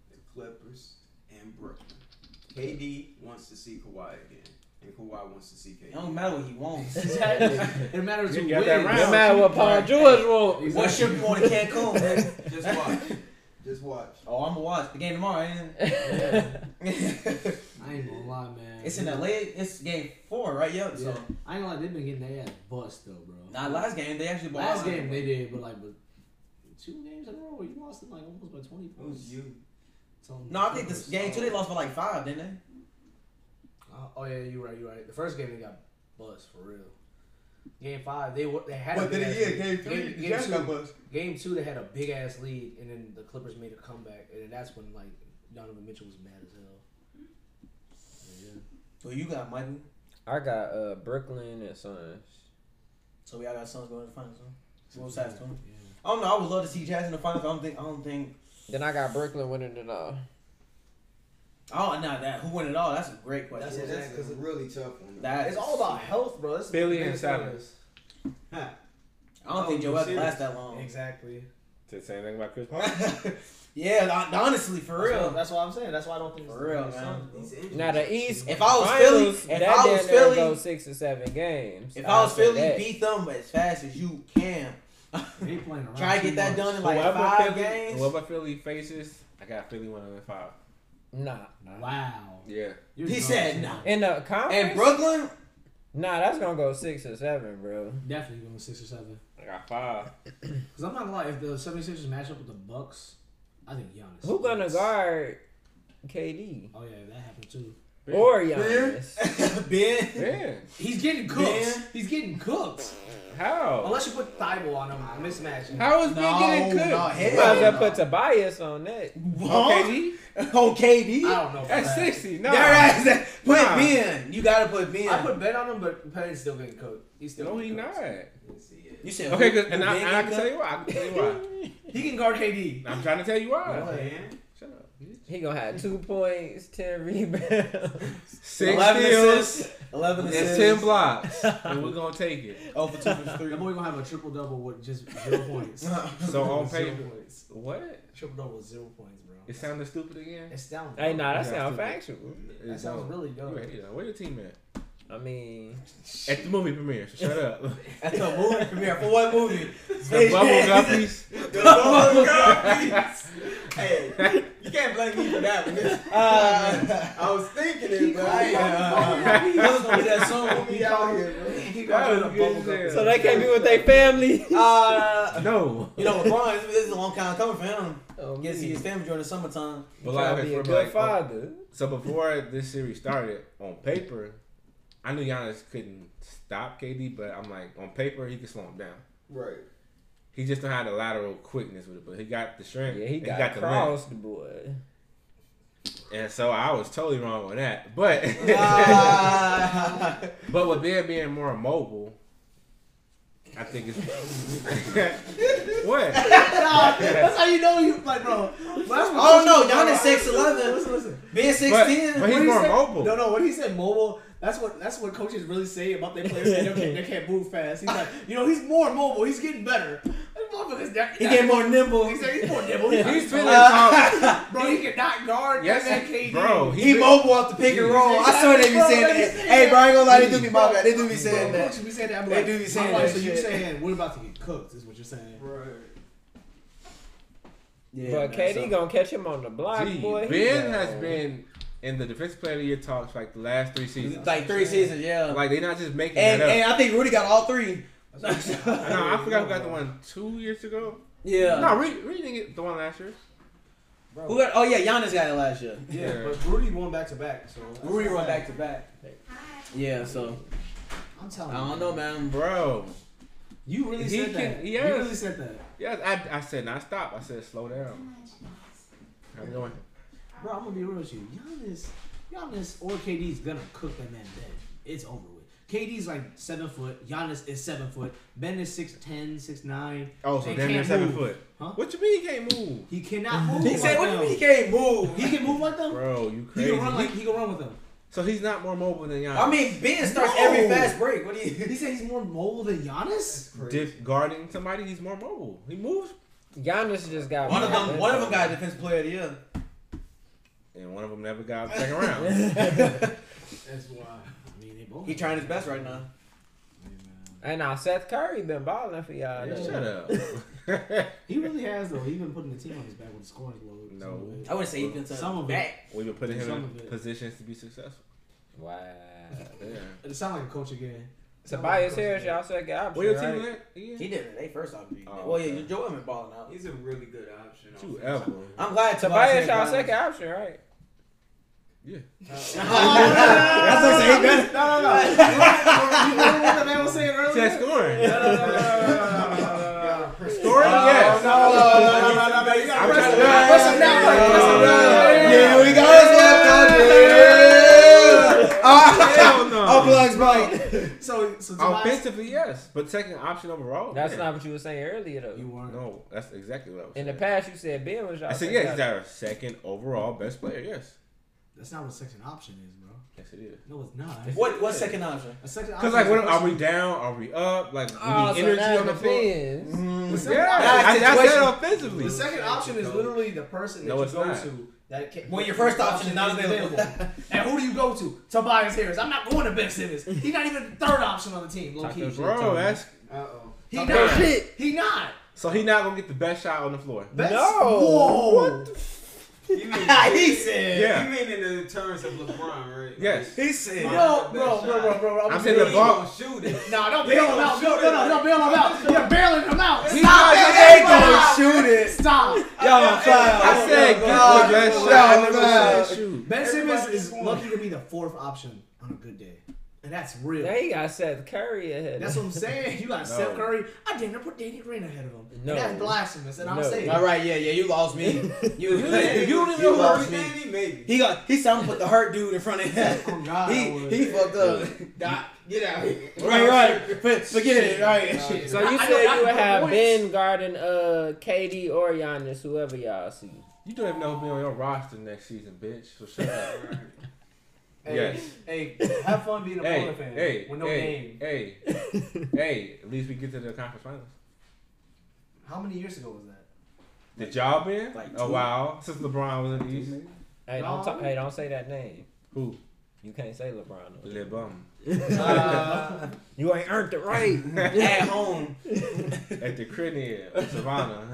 S4: The Clippers and Brooklyn. KD wants to see Kawhi again, and Kawhi wants to see
S3: It
S4: KD.
S3: don't matter what
S2: [laughs]
S3: he wants.
S5: it matters who
S2: You got
S5: wins.
S2: that
S1: No
S2: right.
S1: matter what Paul George want.
S3: What's your point in Cancun? man?
S4: Just watch. just watch.
S3: Oh, I'm gonna watch the game tomorrow. Ain't [laughs] it?
S5: I ain't gonna lie, man.
S3: it's in LA. It's game four, right? Yep.
S5: Yeah.
S3: So
S5: I ain't gonna lie, they've been getting their ass bust though, bro.
S3: not last game. They actually bought
S5: Last game they did, but like, but two games in a row, where you lost it like almost by twenty points.
S4: Who's you?
S5: Tell 'em
S3: No, I
S5: the
S3: think this
S5: Clippers.
S3: game two they lost by like five, didn't they?
S5: Oh, oh, yeah, you're right. You're right. The first game they got bust for real. Game five, they were they had a big ass lead. game, game two,
S4: bust.
S5: game two, they had a big ass lead, and then the Clippers made a comeback, and then that's when like Donovan Mitchell was mad as hell. Yeah.
S3: Well, you got Michael.
S1: I got uh Brooklyn and Suns.
S3: So we all got Suns going to the finals. Huh? So what's that, Tony? I don't know. I would love to see Jazz in the finals. I don't think. I don't think.
S1: Then I got Brooklyn winning it all.
S3: Oh, not that. Who won it all? That's a great question.
S5: That's it.
S4: That's a really tough one.
S3: That
S5: It's all about health, bro. That's the
S2: Philly and
S5: biggest
S2: Silas.
S4: Huh.
S3: I don't think
S4: Oh, you
S3: Joel
S4: serious?
S3: lasts that
S5: thing.
S3: long.
S5: Exactly.
S2: To say anything about Chris Paul.
S3: [laughs] yeah, hon- honestly, for
S5: That's what,
S3: real.
S5: that's what I'm saying. That's why I don't think it's
S3: For real,
S5: it's
S3: man.
S5: Suns, bro.
S4: These injuries.
S1: Now the East.
S3: If I was Philly- if
S1: that
S3: I was
S1: damn near
S3: Philly-
S1: go six or seven games.
S3: If I was
S1: I'd say
S3: Philly,
S1: that.
S3: beat them as fast as you can.
S5: They playing around
S3: Try to
S5: too
S3: get that
S5: much.
S3: done in like
S2: Whoever
S3: five
S2: Philly,
S3: games.
S2: whoever Philly faces, I got Philly winning in five.
S1: nah.
S5: Wow.
S2: Yeah.
S5: You're
S3: He
S5: dumb,
S3: said
S5: too.
S3: no.
S1: In the conference.
S3: [laughs] And Brooklyn, [laughs]
S1: Nah, that's gonna go six or seven, bro.
S5: Definitely going six or seven.
S2: I got five.
S5: Because I'm not gonna lie, if the 76ers match up with the Bucks, I think Giannis.
S1: Who gonna
S5: wins.
S1: guard KD
S5: Oh yeah, that happened too.
S1: or Giannis?
S3: Ben.
S2: Man,
S5: He's getting cooked.
S3: Man.
S5: He's getting cooked.
S2: how?
S5: Unless you put Thibault on him, I'm mismatching.
S2: How is
S3: No,
S2: no, getting
S3: no,
S2: cooked?
S3: hell
S1: You might as well
S3: no.
S1: put Tobias on that.
S2: Okay,
S3: Huh?
S2: G,
S3: [laughs] On KD?
S5: I don't know. about
S2: That's
S5: that.
S2: sixty. No,
S3: Their ass-
S5: [laughs]
S3: Put
S2: Nah.
S3: Ben. You gotta put Ben.
S5: I put Ben on him, but Payne's still getting cooked. He's still.
S2: no, he
S5: getting
S2: not.
S5: cooked.
S4: Let's see it. [laughs]
S3: you said
S2: Okay,
S3: who?
S2: 'cause- and I,
S3: Ben
S2: and I can
S3: getting
S2: tell
S3: cooked?
S2: you why. I can tell you why.
S5: He can guard KD.
S2: I'm trying to tell you why.
S4: Man,
S2: Shut up.
S1: He gonna have [laughs] two points, ten [laughs] rebounds.
S2: Six
S3: 11
S2: steals
S3: assists. 11
S2: and
S3: assists.
S2: ten blocks, and we're gonna take it.
S3: Oh, for 2 for 3.
S5: That boy gonna have a triple double with just [laughs] zero points.
S3: [laughs]
S2: So on
S5: Zero
S2: paper,
S5: points.
S2: what?
S5: Triple double with zero points, bro.
S2: It sounded stupid again.
S5: It's down.
S1: hey, nah, that
S2: Yeah,
S1: sounds
S2: stupid.
S1: factual.
S5: That sounds really
S2: You
S5: dope.
S2: ain't, you know, Where your team at?
S1: I mean,
S2: At the movie premiere. So shut up.
S3: That's a movie premiere. For what movie? Oh,
S2: the bubble
S3: [laughs]
S2: guppies.
S4: [laughs] The bubble guppies. hey, you can't blame me for that one. It's- I was thinking it, but I ain't. Uh,
S3: That was gonna be that song.
S4: don't be out here, bro.
S2: That was good as
S1: so they can't be with their [laughs] family.
S3: Uh,
S2: No.
S3: you know, LeBron, this- this is a long time coming for him.
S1: Oh,
S3: Get to see
S1: man.
S3: his family during the
S5: [laughs]
S3: summertime.
S2: But
S1: Tryna
S2: like,
S1: be a
S2: for
S1: good
S2: like oh,
S1: father.
S2: so before this series started, on paper, I knew Giannis couldn't stop KD, but I'm like, on paper, he could slow him down.
S4: Right.
S2: He just don't have the lateral quickness with it, but he got the strength.
S1: Yeah, he
S2: and
S1: got,
S2: the length.
S1: crossed, boy.
S2: And so I was totally wrong on that. But
S3: Ah.
S2: [laughs] but with Ben being more mobile, I think it's [laughs] what.
S5: That's how you know you like, bro. Oh,
S3: I don't know. Giannis 6'11".
S5: Listen, listen.
S3: Being
S2: But,
S3: 6'10".
S2: but he's
S5: What he
S2: more
S5: said-
S2: mobile.
S5: No, no. What he said, mobile. That's what that's what coaches really say about their players. They, don't, they can't move fast. He's like, you know, he's more mobile. He's getting better. That motherfucker's not-
S3: He get more nimble.
S5: He said he's more nimble. He's, "Oh,
S2: He's
S5: not-
S2: feeling
S5: [laughs]
S2: tall.
S5: bro. He cannot guard.
S2: Yes,
S5: Uh, that
S2: he-
S5: KD.
S2: bro.
S3: He mobile off the pick and roll. I saw they be saying that. Hey, bro, I ain't gonna lie, they do be my bad. They do be saying
S5: Bro,
S3: that.
S5: coaches be saying that. I'm
S3: They
S5: like,
S3: do be saying
S5: I'm like,
S3: that
S5: So you
S3: shit.
S5: saying we're about to get cooked? Is what you're [laughs] saying?
S3: Yeah,
S1: but KD
S3: man, so-
S1: gonna catch him on the block,
S2: Gee,
S1: boy. He
S2: Ben
S1: gone.
S2: has been in the defensive player of the year talks like the last three seasons. Like, uh,
S3: like three seasons, yeah.
S2: they're not just making
S3: and
S2: it
S3: and
S2: up.
S3: I think Rudy got all three.
S2: [laughs] I know, I forgot who got the one two years ago.
S3: yeah.
S2: No, Reed, Reed didn't get the one last year.
S5: Bro.
S3: Who got? Oh yeah, Giannis got it last year.
S5: Yeah,
S2: Yeah.
S5: but Rudy won back to back. So that's
S3: Rudy
S5: not
S3: run
S5: bad.
S3: back to back. Yeah, so
S5: I'm telling
S3: I
S5: you.
S3: don't know, man.
S2: Bro.
S5: You really
S2: He
S5: said
S2: can-
S5: that.
S2: yes.
S5: You really said that.
S2: Yeah, I, I said not stop. I said slow down. I'm going.
S5: Bro, I'm gonna be real with you. Giannis, Giannis or KD's gonna cook that man dead. It's over with. KD's like seven foot. Giannis is seven foot. Ben is 6'10", 6'9".
S2: Oh, so
S5: They
S2: damn near
S5: can't
S2: seven
S5: move.
S2: foot.
S5: Huh?
S2: What you mean he can't move?
S5: He cannot move.
S3: He
S5: like
S3: said, "What do you mean he
S5: them.
S3: can't move?"
S5: He can move like them.
S2: Bro, you
S5: He
S2: crazy.
S5: can run like he can run with them.
S2: so he's not more mobile than Giannis.
S3: I mean, Ben starts every fast break. What do
S5: He
S3: you?
S5: said he's more mobile than Giannis.
S2: Dif- guarding somebody, he's more mobile. He moves,
S1: Giannis just got
S3: One of
S1: more
S3: them, one of them got defensive player of the year.
S2: and one of them never got second round. [laughs]
S4: That's why.
S5: I mean, they both.
S3: He trying his best right now.
S1: And now Seth Curry been balling for y'all.
S5: Yeah.
S1: though.
S2: Shut up. [laughs]
S5: He really has though. He's been putting the team on his back with the scoring load.
S2: No.
S5: Some of it.
S3: I wouldn't say he's been
S5: Some
S3: some
S5: of it.
S3: back.
S2: We've been putting him
S5: Some
S2: in
S5: of it.
S2: positions to be successful.
S1: Wow.
S2: Yeah.
S5: It sounds like a coach again.
S1: Tobias Harris, y'all second option.
S2: What your
S1: right?
S2: team at? Yeah.
S3: He did. They first off.
S2: Oh,
S3: well,
S2: okay.
S3: yeah, Joel been balling out.
S4: He's a really good option.
S2: Two
S4: offensively.
S5: [laughs]
S2: ever.
S3: I'm
S1: Tobias,
S3: glad Tobias.
S1: y'all
S3: Harris-
S1: second option, right?
S3: [laughs] That's [laughs] what I'm saying. He
S5: No, no, no. You remember what the man was saying earlier?
S2: Said scoring.
S4: [laughs] Story?
S2: Scoring, yes. I'm trying to-
S3: Yeah, we got us left
S2: [laughs] Hell no.
S3: All blocks right.
S5: So, so
S3: Oh,
S5: Tobias,
S2: Offensively, yes, but second option overall.
S1: That's
S2: yeah.
S1: not what you were saying earlier, though.
S5: you weren't.
S2: No, that's exactly what I was.
S1: In the
S2: saying.
S1: past, you said Ben was y'all.
S2: I said,
S1: second
S2: yeah, he's
S1: option.
S2: our second overall best player. Yes,
S5: That's not what second option is, bro.
S2: yes, it is.
S5: No, it's not.
S3: What? What's second option?
S5: A second option?
S2: Because like, what
S5: is a
S2: are we
S5: person-
S2: down? Are we up? Like, we
S1: Oh,
S2: need
S1: so
S2: energy
S1: now
S2: on the
S1: it
S2: floor.
S1: depends.
S3: Mm-hmm.
S5: The
S2: Yeah,
S5: second option-
S2: I, I said
S3: Situation.
S2: offensively.
S5: The second option is literally the person that
S2: No,
S5: you
S2: it's
S5: go
S2: not.
S5: to. That can,
S3: When your first option is not available.
S5: and who do you go to? Tobias Harris. I'm not going to Ben Simmons. He's not even the third option on the team. Low
S1: Talk
S5: key.
S1: your shit.
S2: Bro, that's
S4: Uh oh.
S5: He
S1: Talk
S5: not.
S1: that shit.
S5: He not.
S2: so he not gonna get the best shot on the floor.
S5: That's,
S1: No.
S5: Whoa.
S4: You mean, [laughs]
S3: he said.
S2: Yeah.
S4: you mean in the terms of LeBron, right?
S2: Yes.
S3: He said.
S5: No, bro, bro, bro, bro, bro.
S2: I'm
S4: Like,
S2: saying the
S4: he
S2: ball.
S4: gonna shoot it. [laughs]
S5: No, don't bail him out. No, no, no, don't bail him out. You're bailing him out.
S3: He
S5: Stop
S3: not-
S5: it.
S3: he ain't gonna shoot it.
S5: Stop.
S3: Y'all foul.
S2: I said get the
S3: Y'all
S2: best
S3: foul.
S2: shot. I never
S3: Y'all
S2: said shoot.
S5: Ben
S4: Everybody
S5: Simmons is
S4: scoring.
S5: lucky to be the fourth option on a good day, and that's real.
S1: Now you got Seth Curry ahead.
S5: That's
S2: [laughs]
S5: what I'm saying. You got Steph Curry. I damn near put Danny Green ahead of him.
S1: No.
S5: And that's blasphemous, and I'm
S1: No.
S5: saying.
S3: foul. All right, yeah, yeah, you lost me. You, you, [laughs]
S4: If you don't even
S3: you
S4: know who
S3: lost
S4: Hurricane
S3: me.
S4: Andy, maybe.
S3: He got he sound put the hurt dude in front of him.
S5: Oh, God, I
S3: he
S5: would.
S3: he fucked up.
S4: Doc, get out of here.
S3: [laughs] right, right. For- Forget it. Right.
S1: so you
S5: I- I know
S1: said
S5: that's
S1: you would
S5: the
S1: have
S5: points.
S1: Ben guarding uh KD or Giannis, whoever y'all see.
S2: You don't even know who be on your roster next season, bitch. So shut up.
S5: Hey,
S2: Yes.
S5: Hey, have fun being a
S2: [laughs] Hey,
S5: Portland fan
S2: hey,
S5: with no
S2: hey,
S5: name.
S2: hey, hey! At least we get to the conference finals.
S5: How many years ago was that?
S2: [laughs] Did y'all been
S3: Like
S2: a
S3: two.
S2: while since LeBron was in the East?
S1: Hey, don't
S5: No.
S1: talk, hey, don't say that name.
S2: Who?
S1: You can't say LeBron. though.
S2: LeBron.
S5: Uh,
S1: [laughs] You ain't earned it right.
S2: [laughs]
S3: At home.
S2: At the crib, Savannah.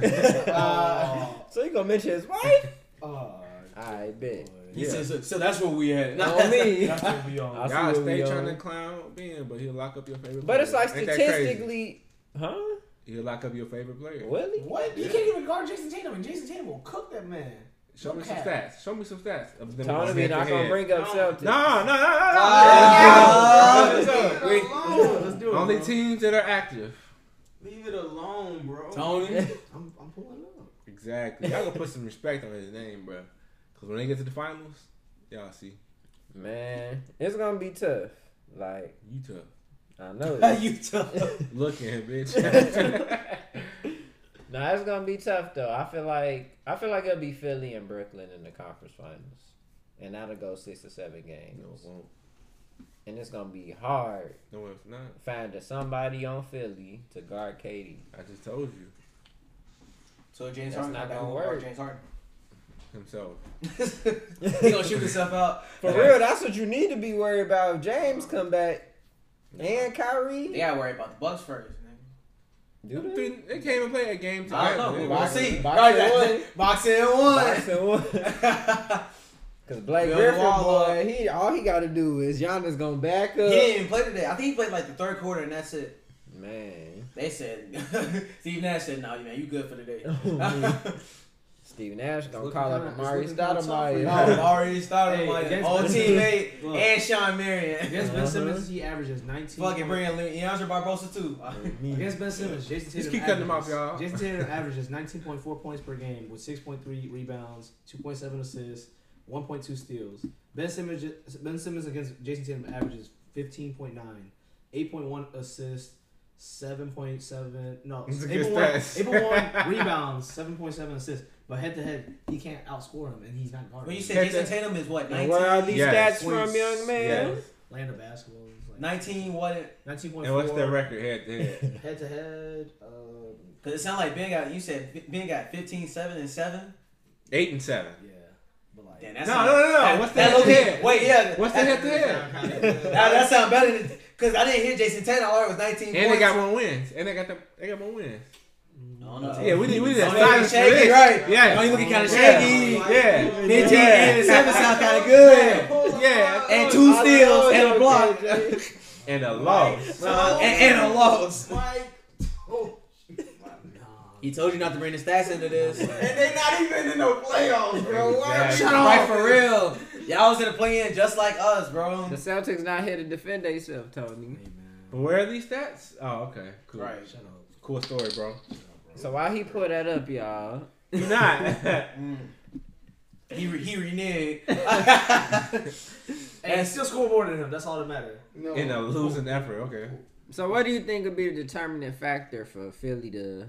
S5: uh,
S1: [laughs] so you gonna mention his wife?
S5: oh,
S1: I bet.
S3: He
S2: Yeah.
S3: said, so, so that's where we at.
S1: On me.
S5: [laughs] that's gonna be on.
S1: I see
S2: y'all
S1: where
S2: stay
S1: we
S2: trying
S1: are.
S2: to clown Ben, but he'll lock up your favorite.
S1: But it's
S2: player.
S1: like
S2: Ain't that crazy?
S1: statistically, huh?
S2: he'll lock up your favorite player.
S1: Really?
S5: What? You can't even guard Jason Tatum, and Jason Tatum will cook that man.
S2: Show me some
S5: Okay.
S2: stats. Show me some stats. of them
S1: Tony
S2: going
S1: be
S2: head to
S1: not gonna
S2: head.
S1: bring up
S4: No.
S1: Celtics.
S2: No, no, no, no, no.
S3: Ah.
S2: Let's go.
S4: Leave it alone.
S5: Let's do it.
S2: Only
S5: bro.
S2: teams that are active.
S4: Leave it alone, bro.
S3: Tony.
S5: I'm, I'm pulling up.
S2: Exactly. Y'all gonna put some respect on his name, bro. Cause when they get to the finals, y'all see
S1: [laughs] Man, it's gonna be tough. Like
S2: you tough.
S1: I
S2: [laughs]
S1: know.
S3: [laughs] you tough.
S2: Look at him, bitch.
S1: [laughs] Nah, it's gonna be tough though. I feel like I feel like it'll be Philly and Brooklyn in the conference finals, and that'll go six or seven games.
S2: no, it won't.
S1: and it's gonna be hard
S2: No, it's not.
S1: finding somebody on Philly to guard KD.
S2: I just told you
S3: So James
S1: That's
S3: Harden
S1: not
S3: not gonna
S1: gonna
S3: work.
S1: work.
S3: James Harden.
S2: himself.
S3: [laughs] he gonna shoot himself out.
S1: For real, that's what you need to be worried about. If James come back and
S3: They
S1: Kyrie.
S3: gotta worry about the Bucks first. nigga.
S1: Do
S2: Three- They came and played a game.
S3: I
S2: together.
S3: don't know.
S2: It
S3: We'll
S2: was-
S3: see.
S1: Box
S3: Right,
S1: and
S3: [laughs] Boxing and one.
S1: Because Blake
S3: Bill
S1: Griffin,
S3: Wall
S1: boy, he all he got to do is Giannis gonna back up.
S3: [laughs] he didn't even play today. I think he played like the third quarter, and that's it.
S1: Man,
S3: They said [laughs] Steve Nash said, "No, man, you good for today."
S1: Oh,
S3: [laughs]
S1: man. Steve Nash gonna
S5: looking
S1: call up
S5: kinda- it's
S1: Amari
S5: looking kinda tough for you.
S1: [laughs]
S3: No,
S1: Stoudemire.
S3: already started
S5: Hey,
S3: my
S5: against-
S3: old teammate
S5: Look.
S3: and Sean Marion. [laughs]
S5: Against Ben
S1: Uh-huh.
S5: Simmons, he averages 19.
S3: Fucking
S5: points.
S3: bring Leandro Barbosa too. [laughs]
S5: Against Ben Simmons, Jason Tatum.
S2: Just keep cutting them off,
S5: averages-
S2: y'all. [laughs]
S5: Jason Tatum averages 19.4 points per game with 6.3 rebounds, 2.7 assists, 1.2 steals. Ben Simmons, ben Simmons against Jason Tatum averages 15.9, 8.1 assists, 7.7 no,
S2: It's a good
S5: 8.1
S2: stats.
S5: 8.1 [laughs] rebounds, 7.7 assists. But head to head, he can't outscore him, and he's not guarding.
S3: When you
S5: him.
S3: said Jason Tatum is what
S1: And where are
S3: 19,
S1: these stats
S2: Yes.
S1: from, young man?
S2: Yes.
S5: Land of basketball is like
S3: 19 what?
S5: 19.4.
S2: And what's their record head to head?
S5: Head to head, uh,
S3: Because it sounded like Ben got you said Ben got 15, 7, and 7.
S2: Eight and seven.
S5: yeah, but like.
S3: Damn, that's
S2: No, no, no, no.
S3: That,
S2: What's the
S3: that
S2: head to
S3: look-
S2: head?
S3: Wait, yeah.
S2: What's the
S3: that,
S2: head to head?
S3: That, that sound better than because I didn't hear Jason Tatum. All I heard was 19
S2: And
S3: points.
S2: they got one wins. And they got the they got one wins.
S3: I don't know.
S2: Yeah, we need we need a
S3: Don't even
S2: silence for
S3: shake it,
S2: this.
S3: right.
S2: Yeah.
S3: Don't even look kinda
S2: Yeah.
S3: shaky.
S2: Yeah.
S3: 15 and 7 sound kind of good.
S2: Yeah. yeah.
S3: And two steals and
S1: [laughs]
S3: a block.
S2: and a loss.
S3: Uh, and, and a loss.
S4: Mike. Oh,
S3: He told you not to bring the stats into [laughs] this.
S4: and they not even in the playoffs, bro. Why are we
S2: Exactly.
S3: Shut up. Right, for real. Y'all was in the play-in just like us, bro.
S1: The Celtics not here to defend themselves, Tony.
S5: Hey, man.
S2: But where are these stats? Oh, okay. Cool.
S5: Shut up.
S2: Cool story, bro.
S1: So while he pull that up, y'all,
S2: You not.
S3: He re- he reneged.
S5: And it's still score more than him. That's all that matters.
S4: No.
S2: [laughs] in a losing effort. Okay.
S1: so what do you think would be the determining factor for Philly to?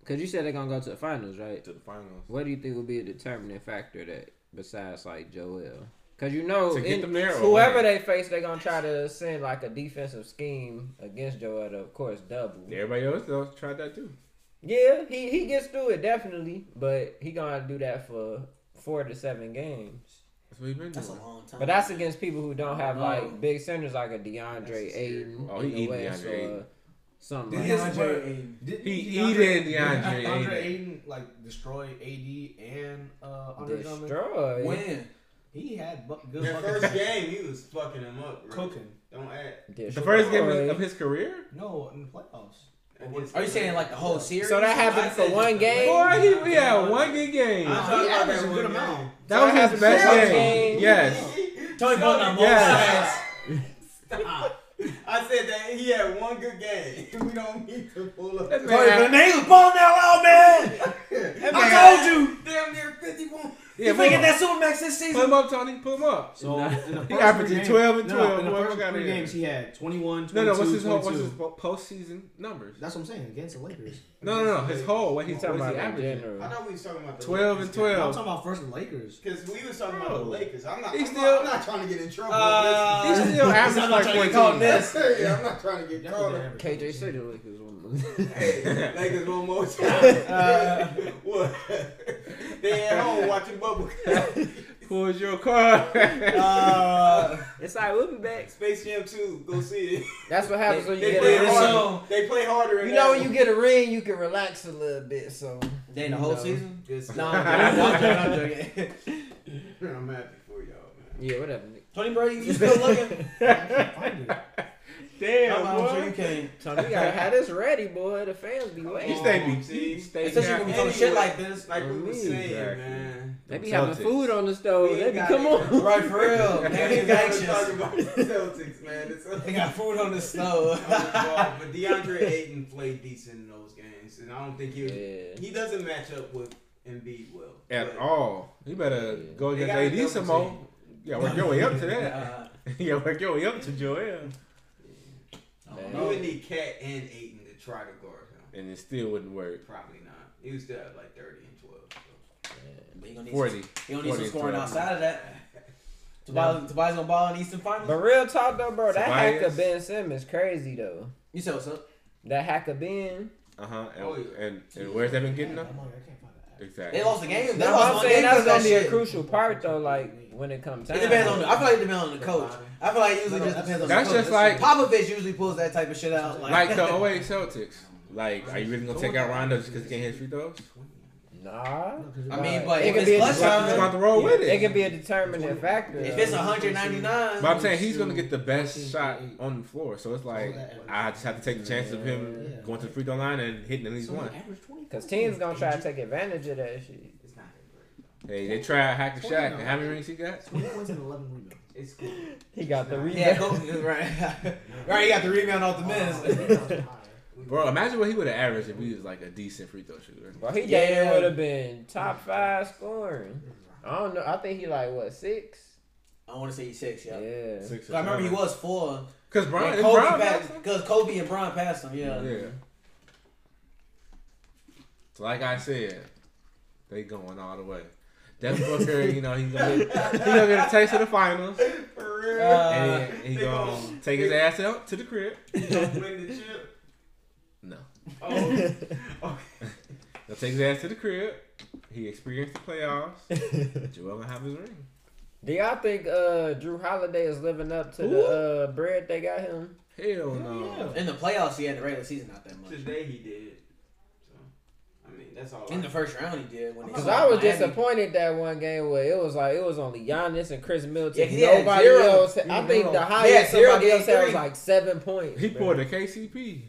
S1: Because you said they're gonna go to the finals, right?
S2: To the finals.
S1: What do you think would be a determining factor that besides like Joel? Because you know,
S2: To get
S1: in-
S2: them there or
S1: whoever
S2: win?
S1: they face, they're gonna try to send like a defensive scheme against Joel to, of course, double.
S2: Everybody else though tried that too.
S1: Yeah, he he gets through it definitely, but he gonna do that for four to seven games.
S2: That's what he been doing.
S3: That's a long time.
S1: But that's against people who don't have
S3: No.
S1: like big centers like a DeAndre
S5: That's
S1: Ayton
S2: Oh,
S1: in
S2: he
S1: the
S2: eating
S1: West
S2: DeAndre
S1: or
S2: Ayton.
S1: something like
S2: [laughs]
S1: that.
S5: DeAndre
S3: DeAndre
S5: Didn't
S2: He
S5: DeAndre-
S2: eating DeAndre
S5: DeAndre
S2: Ayton.
S5: Ayton like destroyed AD and uh, Andre Drummond.
S1: Destroy.
S3: When?
S5: He had bu- good
S4: Their
S5: buckets.
S4: first game, he was fucking him up, bro.
S5: cooking.
S4: Don't act.
S2: The first game of- of
S1: Destroy.
S2: his career.
S5: No, in the playoffs.
S3: Are you saying like the whole series?
S1: So that happened
S4: I
S1: for
S4: said
S1: one
S4: just-
S1: game.
S2: Boy, he yeah one good game.
S4: I'm
S5: he
S4: talking about
S5: averaged
S4: that
S5: a
S4: one
S5: good
S4: game.
S5: amount.
S1: So I
S2: That was
S1: have
S2: his
S1: the
S2: best
S1: first
S2: game.
S1: game.
S2: Yes.
S3: Tony Bone on both
S2: Yeah.
S3: sides.
S4: [laughs] I said that he had one good game. [laughs] We don't need to pull up.
S2: That
S3: [laughs] Tony
S2: man
S3: Bone,
S2: had-
S3: man, he was balling out loud, oh, man. I told you.
S4: Damn near 50 points.
S2: Yeah,
S3: you forget
S2: pull him
S3: that Supermax this
S2: up. Pull him
S3: season?
S2: up, Tony. Pull him up.
S5: So in the first
S2: He averaged
S5: three games-
S2: 12 and
S5: no,
S2: 12.
S5: in the
S2: Boy,
S5: first
S2: fuck outta
S5: three
S2: here.
S5: games, he had 21, 22,
S2: No, no. What's his whole? What's
S5: 22.
S2: his po- postseason numbers?
S5: That's what I'm saying against the Lakers.
S2: No, no, no. His whole what
S1: He's
S2: he's
S1: talking about
S2: talking
S1: in
S2: averaging.
S4: I
S1: general.
S4: thought we was talking about the
S2: 12 and 12.
S5: No, I'm talking about first the Lakers.
S4: Because we was talking
S2: Bro.
S4: about the Lakers. I'm not,
S2: He
S4: I'm,
S2: still-
S4: not, I'm not trying to get in trouble.
S3: Uh,
S4: [laughs]
S2: He still averaged
S3: I'm not
S2: like
S3: trying to
S2: 14.
S3: get called this.
S4: yeah, I'm not trying to get
S5: That's what
S4: caught
S5: they
S4: up.
S5: average.
S1: KJ said the Lakers won.
S4: Hey, Lakers one more time.
S3: Uh,
S4: what? they at home watching [laughs] bubble.
S2: Pulls your car.
S3: Uh,
S1: [laughs] it's like we'll be back.
S4: Space Jam 2, go see it.
S1: That's what happens when you
S4: They
S1: get
S4: play
S1: a
S3: played
S1: ring.
S4: harder.
S3: so-
S4: They play harder. In
S1: You
S4: that
S1: know when
S4: one.
S1: you get a ring, you can relax a little bit. So
S3: Then the whole
S1: No.
S3: season?
S4: Just,
S3: No, [laughs] I'm joking. I'm joking. I'm joking. [laughs]
S4: I'm happy for y'all, man.
S1: yeah, whatever. Nick.
S3: Tony
S2: [laughs]
S3: Brady, you still looking?
S5: I can't find it.
S2: Damn,
S3: I'm sure you
S2: boy.
S3: can.
S1: So we gotta have this ready, boy. The fans be
S2: He
S1: waiting.
S4: stay-
S2: stay
S4: See?
S2: be. Stay
S3: Especially when we
S2: happy.
S3: doing shit like this.
S4: Like we were
S1: Ooh,
S4: saying,
S2: exactly.
S4: man.
S1: They be
S2: Celtics.
S1: having food on the stove.
S4: We
S1: They be
S4: got
S1: come
S4: it.
S1: on.
S3: Right, for
S2: [laughs]
S3: real. Man,
S4: They
S3: he's
S4: gotta talk
S3: anxious.
S4: about the Celtics, man. It's
S3: They got food
S2: [laughs]
S3: on the stove.
S2: Oh,
S4: Well, but DeAndre Ayton played decent in those games, and I don't think he
S1: Yeah.
S4: he doesn't match up with Embiid well
S2: At
S4: But
S2: all. You better
S1: Yeah.
S2: go
S4: they
S2: against
S4: gotta
S2: AD some
S4: double
S2: more. Yeah, work your way up to
S3: [laughs]
S2: that. [laughs]
S3: Uh,
S2: Yeah, work your way up to Joel.
S3: I
S4: team.
S3: don't
S4: You
S3: know.
S4: would need Cat and Ayton to try to guard him.
S2: And it still wouldn't work.
S4: Probably not. He was still at like thirty and twelve. So.
S3: But you gonna need some-
S2: Forty.
S3: you gonna need some
S2: 40,
S3: [laughs] scoring
S2: 12.
S3: outside of that. To Tobias, Tobias gonna ball in Eastern
S1: But
S3: Finals.
S1: real talk though, bro, that
S2: Tobias.
S1: hack of Ben Simmons crazy though.
S3: You said what's up?
S1: That hack of Ben.
S2: Uh huh. And,
S4: Oh, yeah.
S2: and and where's that been getting
S5: I'm
S2: them?
S5: like, I can't find that.
S2: Exactly.
S3: They lost the game. They
S1: That's
S3: lost
S1: what I'm
S3: one
S1: saying.
S3: game
S1: That's
S3: because of
S1: gonna
S3: that
S1: be a
S3: shit.
S1: crucial part though. Like when it comes time.
S3: It depends on. The, I feel like it depends on the coach. I feel like it usually just depends on.
S2: That's
S3: the coach.
S2: just like-
S3: Popovich usually pulls that type of shit out. Like,
S2: Like
S3: [laughs]
S2: the 08 Celtics. Like, are you really gonna take out Rondo just because he can't hit free throws?
S1: Nah.
S3: I mean,
S5: Uh,
S1: Right.
S3: but
S1: It
S3: if
S1: could be a
S3: it's clutch
S2: He's about
S3: time,
S2: to roll with
S1: It
S2: it.
S1: can be a determining factor.
S3: if
S1: though.
S3: it's 199,
S2: But I'm saying he's gonna get the best shot on the floor, so it's like I just have to take the chance of him going to the free throw line and hitting at least one.
S1: Cause teams gonna try to take advantage of that shit.
S4: It's not that
S2: Hey, they try to hack the shack. And how many rings he got?
S5: Twenty points and eleven rebounds.
S4: great. It's cool.
S1: He got the rebound.
S3: yeah, go, [laughs] right, right. He got the rebound off the miss.
S2: Bro, imagine what he would have averaged if he was like a decent free throw shooter.
S1: Bro, he
S3: Yeah.
S1: damn would have been top five scoring. I don't know. I think he like what six?
S3: I want to say he's six, yeah.
S1: Yeah.
S2: [laughs] Six
S3: I remember he was four.
S2: Cause Brian,
S3: Because
S2: is
S3: Kobe,
S2: Brian
S3: passed-
S2: passing?
S3: 'cause Kobe and Brian passed him, yeah.
S2: Yeah. So like I said, they going all the way. Devin Booker, you know, he's gonna get, he gonna get a taste of the finals,
S4: [laughs] For real.
S3: Uh,
S2: and he, he
S4: they
S2: gonna
S4: gonna-
S2: take his
S4: they-
S2: ass out to the crib.
S4: You gonna win the chip?
S2: No,
S3: [laughs]
S4: Oh, okay.
S2: they'll take his ass to the crib. He experienced the playoffs. Joel gonna have his ring.
S1: Do y'all think uh, Drew Holiday is living up to the uh, bread they got him?
S2: Hell no.
S3: in the playoffs, he had the regular season not that much.
S4: Today he did. So, I mean, that's all.
S3: In the
S4: I-
S3: first round, he did. When
S1: Cause I was disappointed that one game where it was like it was only Giannis and Chris
S3: Yeah,
S1: Milton.
S3: he had
S1: Nobody
S3: zero.
S1: else.
S5: He
S1: I
S5: had
S1: think
S5: zero.
S1: the highest
S3: Yeah, somebody
S1: somebody else
S3: had
S1: had was
S3: three.
S1: like seven points.
S2: He
S1: bro.
S2: poured a KCP.